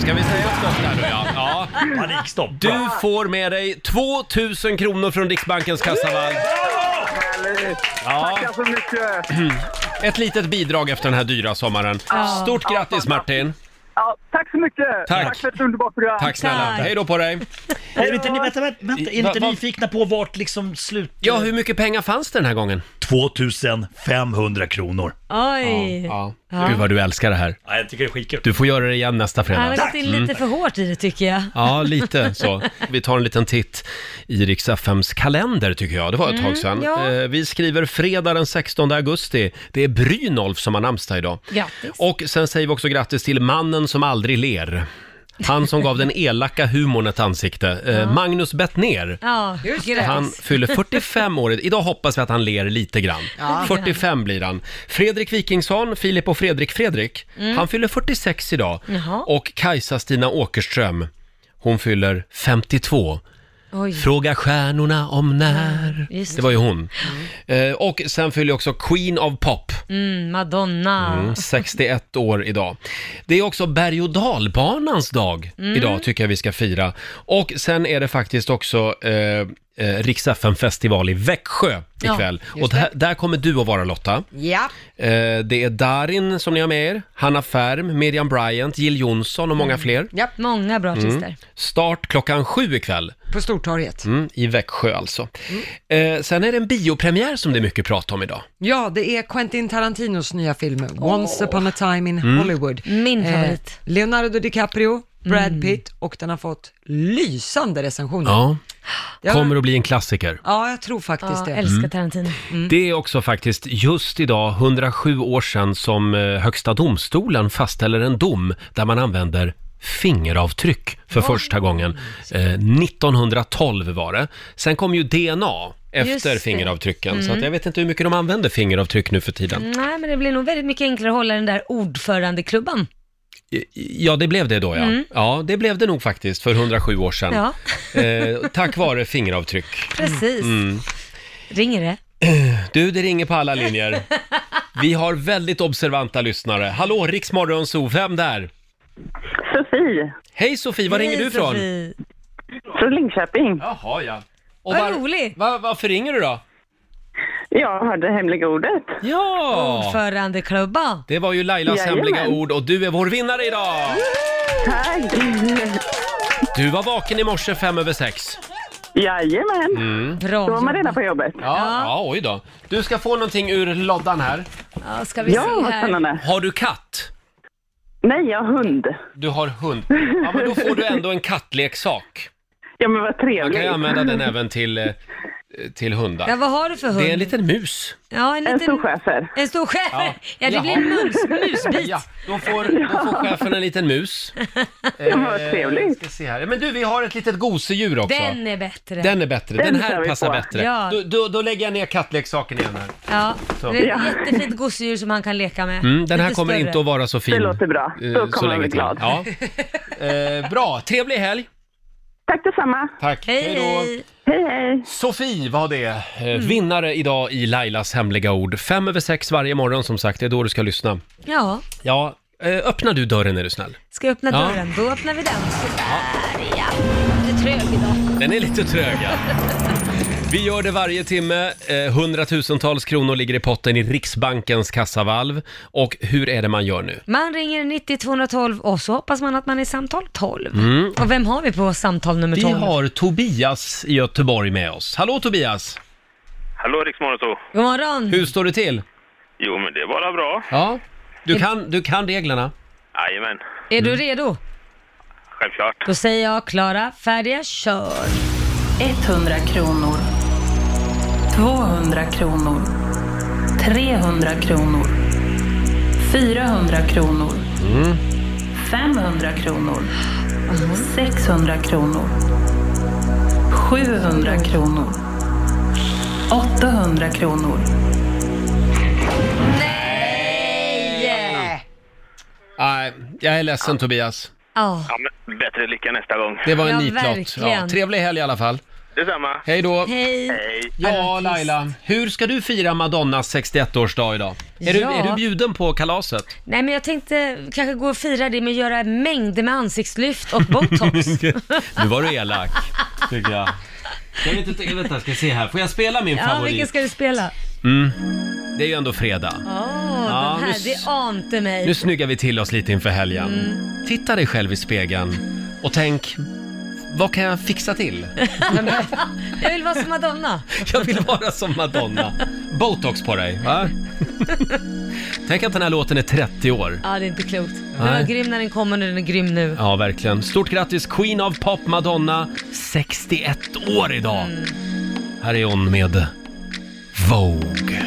A: Ska vi säga stopp där nu ja? ja.
G: Panikstopp.
A: Du får med dig 2000 kronor från Riksbankens kassavalv. Ja.
L: Tackar så mycket!
A: Ett litet bidrag efter den här dyra sommaren.
L: Ja.
A: Stort grattis Martin!
L: Ja, tack så mycket!
A: Tack.
L: för ett underbart program!
A: Tack snälla! Hej då på dig!
G: Är vi inte, vänta, vänta, vänta, är ni
A: Va-
G: inte
A: va-
G: nyfikna på vart liksom slut...
A: Ja, hur mycket pengar fanns det den här gången?
G: 2500 kronor.
B: Oj.
A: Ja.
B: Ja.
A: Gud vad du älskar det här.
G: Ja, jag tycker det är skitkul.
A: Du får göra det igen nästa fredag.
B: Han har gått in
A: Mm.
B: lite för hårt i det tycker jag.
A: Ja, lite så. Vi tar en liten titt i Rix FMs kalender tycker jag. Det var ett
B: Mm,
A: tag sedan.
B: ja.
A: Eh, Vi skriver fredag den 16 augusti. Det är Brynolf som har namnsdag idag.
B: Grattis.
A: Och sen säger vi också grattis till mannen som aldrig ler. Han som gav den elaka humorn ett ansikte. Eh,
B: Ja.
A: Magnus Bettner.
B: Ja, Just
A: Han fyller 45 år. Idag hoppas vi att han ler lite grann.
B: Ja.
A: 45 blir han. Fredrik Wikingsson, Filip och Fredrik Fredrik,
D: Mm.
A: han fyller 46 idag.
D: Jaha.
A: Och Kajsa-Stina Åkerström, hon fyller 52.
D: Oj.
A: Fråga stjärnorna om när.
B: just
A: det var ju hon. Eh, Och sen fyller också Queen of Pop.
B: Mm, Madonna.
A: Mm, 61 år idag. Det är också berg och dalbanans dag
B: Mm.
A: idag tycker jag vi ska fira. Och sen är det faktiskt också eh, eh, Rix festival i Växjö
C: Ja,
A: ikväll.
C: just
A: och där, där kommer du att vara Lotta.
C: Ja.
A: Eh, det är Darin som ni har med er, Hanna Färm, Miriam Bryant, Jill Johnson och många fler.
C: Ja.
B: Många bra
A: Mm.
B: artister.
A: Start klockan sju ikväll.
C: På Stortorget.
A: Mm, I Växjö alltså. Eh, sen är det en biopremiär som det är mycket prat om idag.
C: Ja, det är Quentin Tarantinos nya film Once upon a time in
A: Mm.
C: Hollywood. Eh,
B: Min favorit. Mm.
C: Leonardo DiCaprio, Brad Pitt och den har fått lysande recensioner.
A: Ja.
C: Ja.
A: Kommer att bli en klassiker.
C: Ja, jag tror faktiskt
B: Ja,
C: det.
B: älskar
A: Mm.
B: Tarantino.
A: Det är också faktiskt just idag 107 år sedan som eh, Högsta domstolen fastställer en dom där man använder fingeravtryck för första gången. Eh, 1912 var det. Sen kom ju DNA
B: Just
A: efter
B: det.
A: fingeravtrycken, så
B: Mm.
A: att jag vet inte hur mycket de använder fingeravtryck nu för tiden.
B: Nej, men det blir nog väldigt mycket enklare att hålla den där ordförandeklubban.
A: Mm. I- Ja, det blev det då ja.
B: Mm.
A: Ja, det blev det nog faktiskt för 107 år sedan.
B: Ja, [laughs]
A: Eh, tack vare fingeravtryck.
B: precis.
A: Mm.
B: Ringer det?
A: Du, det ringer på alla
B: [laughs]
A: linjer. Vi har väldigt observanta lyssnare. Hallå, Riksmorgon Zoo, vem där?
K: Sofie.
A: Hej Sofie, var ringer du ifrån?
K: Från Linköping.
A: Jaha, ja. Och
K: Vad
B: roligt!
A: Va, varför ringer du då?
K: Jag hörde hemliga ordet.
A: Ja!
B: Ordförandeklubban.
A: Det var ju Lailas
B: Jajamän.
A: hemliga ord och du är vår vinnare idag!
K: Tack!
A: Du var vaken i morse fem över sex.
K: Jajamän!
A: Mm.
B: Bra
K: Då var man
B: jobbat.
K: redan på jobbet.
A: Ja, ja, oj då. Du ska få någonting ur loddan här.
B: Ja, ska
K: vi Ja, se vad här. spännande.
A: Har du katt?
K: Nej, jag har hund.
A: Du har hund. Ja, men då får du ändå en kattleksak.
K: Ja, men vad
A: Man
K: trevligt.
A: kan ju använda den även till, eh, till hundar.
B: Ja, vad har du för hund?
A: Det är en liten mus.
B: Ja, en, liten... stor
K: schäfer.
B: En stor schäfer?
A: Ja.
B: [laughs] Ja, det
A: Jaha.
B: blir en mus, musbit.
A: Ja, då får, då får chefen en liten
K: [laughs]
A: mus.
K: Ja, vad
A: Eh,
K: trevligt.
A: Ska se här. Men du, vi har ett litet gosedjur också.
B: Den är bättre.
A: Den är bättre. Den,
B: Den kör
A: här
B: vi
A: passar
B: på.
A: bättre.
B: Ja.
A: Då, då, då lägger jag ner kattleksaken igen här.
B: Ja,
A: Så.
B: det är
A: Ja.
B: ett jättefint gosedjur som han kan leka med.
A: Mm, den här
B: Lite
A: kommer
B: större.
A: inte att vara så fin.
K: Det låter bra. Då
A: eh,
K: kommer
A: så
K: jag
A: länge
K: bli
A: till.
K: glad.
A: Ja. Eh, bra, trevlig helg!
K: Tack detsamma.
A: Tack.
K: Hej,
A: Hej
K: då. Hej, hej.
A: Sofie var det, eh,
B: Mm.
A: vinnare idag i Lailas hemliga ord. Fem över sex varje morgon som sagt, det är då du ska lyssna.
B: Ja,
A: Ja, eh, öppnar du dörren är du snäll.
B: ska jag öppna
A: Ja.
B: dörren? Då öppnar vi den. Sådär ja. Du är trög idag.
A: Den är lite trög ja. Vi gör det varje timme. Eh, hundratusentals kronor ligger i potten i Riksbankens kassavalv. Och hur är det man gör nu?
B: Man ringer 90 212 och så hoppas man att man är samtal 12.
A: Mm.
B: Och vem har vi på samtal nummer
A: Vi
B: 12?
A: har Tobias i Göteborg med oss. Hallå Tobias!
M: Hallå Riksmorgon
B: God morgon!
A: Hur står det till?
M: Jo men det är bara bra.
A: Ja, du kan, du kan reglerna.
M: Jajamän,
B: Är
A: Mm.
B: du redo?
M: självklart.
B: Då säger jag klara, färdiga, kör!
N: 100 kronor. 200 kronor. 300 kronor. 400 kronor.
A: Mm.
N: 500 kronor. 600 kronor. 700 kronor. 800 kronor.
B: Yeah.
A: Nej, jag är ledsen Tobias.
B: Ja.
M: Ja, men bättre lycka nästa gång.
A: Det var en nitlott. Ja,
M: verkligen.
A: trevlig helg i alla fall.
M: Detsamma.
A: Hej då!
M: Hej.
A: Ja, Laila, hur ska du fira Madonnas 61-årsdag idag? Är, du,
B: Ja.
A: är du bjuden på kalaset?
B: Nej men jag tänkte kanske gå och fira det med att göra mängder med ansiktslyft och
A: [laughs]
B: botox.
A: nu var du elak, tycker jag. Jag vet inte, vänta, ska se här. Får jag spela min
B: ja, vilken
A: favorit?
B: ska du spela?
A: Mm. Det är ju ändå fredag.
B: Åh,
A: Ja,
B: den här,
A: nu-
B: det ante mig.
A: Nu snyggar vi till oss lite inför helgen.
B: Mm.
A: Titta dig själv i spegeln och tänk, vad kan jag fixa
B: [laughs]
A: till?
B: jag vill vara som Madonna.
A: Jag vill vara som Madonna. Botox på dig,
B: [laughs]
A: va? Tänk att den här låten är 30 år.
B: Ja, det är inte klokt. Den
A: Nej.
B: var grym när den kom och den är grym nu.
A: Ja, verkligen. Stort grattis Queen of Pop Madonna, 61 år idag.
B: Mm.
A: Här är hon med Vogue.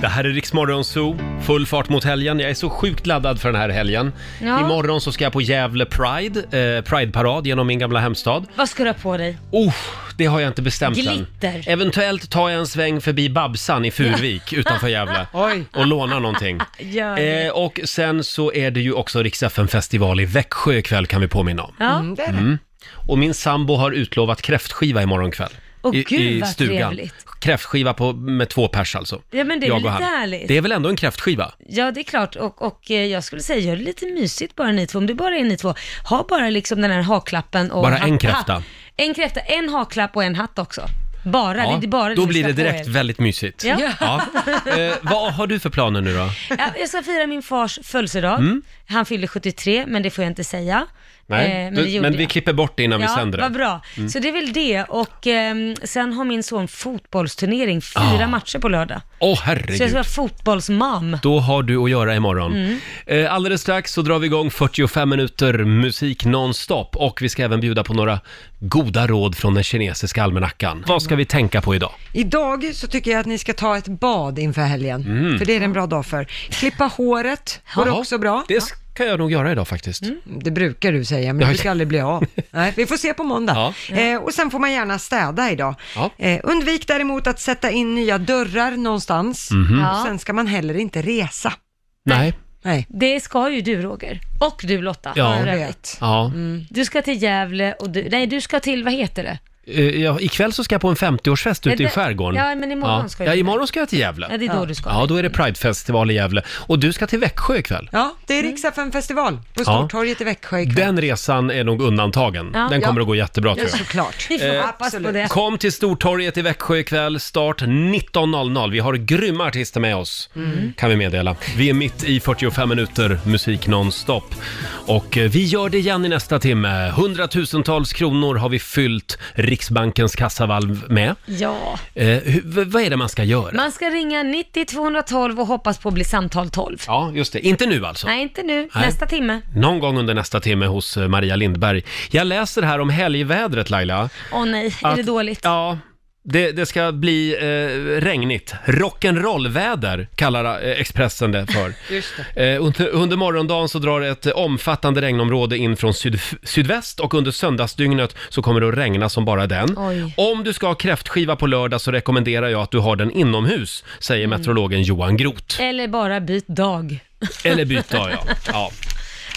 A: Det här är Riksmorgon Zoo, full fart mot helgen. Jag är så sjukt laddad för den här helgen.
B: Ja.
A: Imorgon så ska jag på Gävle Pride, eh, Prideparad genom min gamla hemstad.
B: Vad ska du ha på dig?
A: Oh, det har jag inte bestämt än.
B: Glitter.
A: Eventuellt tar jag en sväng förbi Babsan i
B: [laughs]
A: Furvik utanför Gävle
B: Oj.
A: och lånar
B: [laughs]
A: någonting.
B: Gör det.
A: Eh, och sen så är det ju också riks festival i Växjö ikväll kan vi påminna om.
B: Ja. Mm,
A: Mm. Och min sambo har utlovat kräftskiva imorgon kväll.
B: Åh,
A: i,
B: gud,
A: i
B: vad
A: stugan.
B: trevligt.
A: Kräftskiva på, med två pers alltså.
B: Ja, men det är
A: Jag
B: väl
A: och
B: lite
A: han.
B: härligt.
A: Det är väl ändå en kräftskiva?
B: Ja, det är klart. Och, och eh, jag skulle säga, gör det lite mysigt bara ni två. Om det bara är ni två, ha bara liksom den här haklappen och...
A: Bara
B: ha-
A: en kräfta.
B: Ha, en kräfta, en haklapp och en hatt också. Bara,
A: Ja,
B: det är bara
A: då
B: ni
A: blir
B: ska
A: det
B: på
A: direkt
B: er.
A: väldigt mysigt.
B: Ja. [laughs]
A: Eh, vad har du för planer nu då?
B: Ja, jag ska fira min fars födelsedag.
A: Mm.
B: Han fyllde 73, men det får jag inte säga.
A: Nej,
B: Eh, men
A: du-
B: det gjorde
A: men vi
B: jag.
A: klipper bort det innan vi
B: ja,
A: sänder det.
B: vad bra.
A: Mm.
B: Så det är väl det. Och ehm, sen har min son fotbollsturnering, fyra matcher på lördag.
A: Åh
B: Så jag ska
A: Ah. herregud.
B: vara fotbollsmam.
A: Då har du att göra imorgon.
B: Mm.
A: Eh, Alldeles strax så drar vi igång 45 minuter musik nonstop och vi ska även bjuda på några goda råd från den kinesiska almanackan. Vad ska vi tänka på idag?
C: Idag så tycker jag att ni ska ta ett bad inför helgen,
A: Mm.
C: för det är en bra dag för. Klippa håret går
A: Jaha,
C: också bra.
A: Det ska jag nog göra idag faktiskt.
B: Mm.
C: Det brukar du säga, men det brukar aldrig
A: [laughs]
C: bli av. Nej, vi får se på måndag. Eh, och sen får man gärna städa idag. Eh, undvik däremot att sätta in nya dörrar någonstans.
A: Mhm. Ja.
C: Och sen ska man heller inte resa.
A: Nej.
C: Nej.
B: Det ska ju du Roger. Och du Lotta.
A: Ja.
B: för övrigt.
A: Ja.
B: Du ska till Gävle och du, nej du ska till, vad heter det?
A: Eh, ja, ikväll så ska jag på en 50-årsfest ute i
B: Ja, det-
A: skärgården.
B: ja, men imorgon ska du
A: Ja,
B: dit.
A: imorgon ska jag till Gävle.
B: Ja, det är då du ska
A: Ja, då är det Pridefestival i Gävle. Och du ska till Växjö ikväll.
C: Ja, det
B: Mm.
C: är riks festival på
A: Ja.
C: Stortorget i Växjö ikväll.
A: Den resan är nog undantagen.
C: Ja.
A: Den kommer
C: Ja.
A: att gå jättebra tror
C: Ja,
A: jag.
C: såklart.
B: Vi får
A: Eh,
B: hoppas på det.
A: Kom till Stortorget i Växjö ikväll, start 19.00. Vi har grymma artister med oss,
B: Mm.
A: kan vi meddela. Vi är mitt i 45 minuter musik nonstop. Och eh, vi gör det igen i nästa timme. Hundratusentals kronor har vi fyllt Riksbankens kassavalv med.
B: Ja.
A: Eh, hur, v- vad är det man ska göra?
B: Man ska ringa 90 212 och hoppas på att bli samtal 12.
A: Ja, just det. Inte nu alltså.
B: Nej, inte nu.
A: Nej.
B: Nästa timme.
A: Någon gång under nästa timme hos eh, Maria Lindberg. Jag läser här om helgvädret Laila.
B: Åh nej, är
A: Att-
B: det dåligt?
A: Ja. Det, det ska bli eh, regnigt. Rock'n'roll-väder kallar eh, Expressen det
B: [laughs]
A: för.
C: Just
A: Eh, under, under morgondagen så drar ett eh, omfattande regnområde in från syd, sydväst och under söndagsdygnet så kommer det att regna som bara den.
B: Oj.
A: Om du ska ha kräftskiva på lördag så rekommenderar jag att du har den inomhus, säger
B: Mm.
A: meteorologen Johan Groth.
B: Eller bara byt dag.
A: Eller byta, ja.
B: [laughs]
A: ja.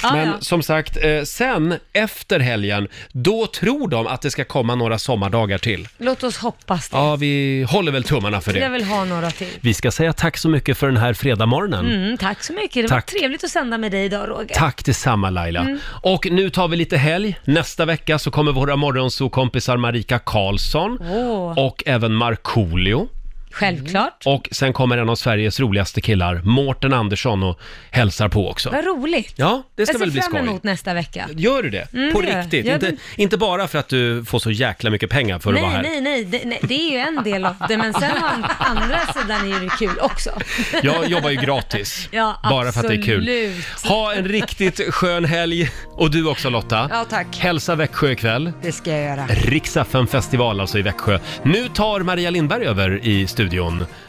B: Ja,
A: Men
B: Ah, ja.
A: som sagt, eh, sen efter helgen, då tror de att det ska komma några sommardagar till.
B: Låt oss hoppas det.
A: Ja, vi håller väl tummarna för
B: Jag
A: det.
B: vill ha några till.
A: Vi ska säga tack så mycket för den här fredagmorgonen.
B: Mm, tack så mycket. Det
A: Tack.
B: var trevligt att sända med dig idag Roger.
A: Tack detsamma Laila.
B: Mm.
A: Och nu tar vi lite helg. Nästa vecka så kommer våra morgonsokompisar Marika Karlsson
B: Åh,
A: och även Markoolio.
B: självklart.
A: Och sen kommer en av Sveriges roligaste killar, Mårten Andersson, och hälsar på också.
B: Vad roligt.
A: Ja, det ska
B: jag
A: väl
B: ser
A: bli
B: fram
A: skoj.
B: emot nästa vecka.
A: Gör du det?
B: Mm,
A: på
B: det gör jag.
A: riktigt?
B: Jag
A: inte,
B: vill-
A: inte bara för att du får så jäkla mycket pengar för att vara
B: Nej,
A: här?
B: nej, nej, det, nej, det är ju en del av det, men sen å an- andra sidan är det kul också.
A: Jag jobbar ju gratis.
B: Ja,
A: bara för att det är kul.
B: absolut.
A: Ha en riktigt skön helg. Och du också Lotta.
C: Ja, tack.
A: Hälsa Växjö ikväll.
C: Det ska jag göra.
A: Riksdagen festival alltså i Växjö. Nu tar Maria Lindberg över i studion.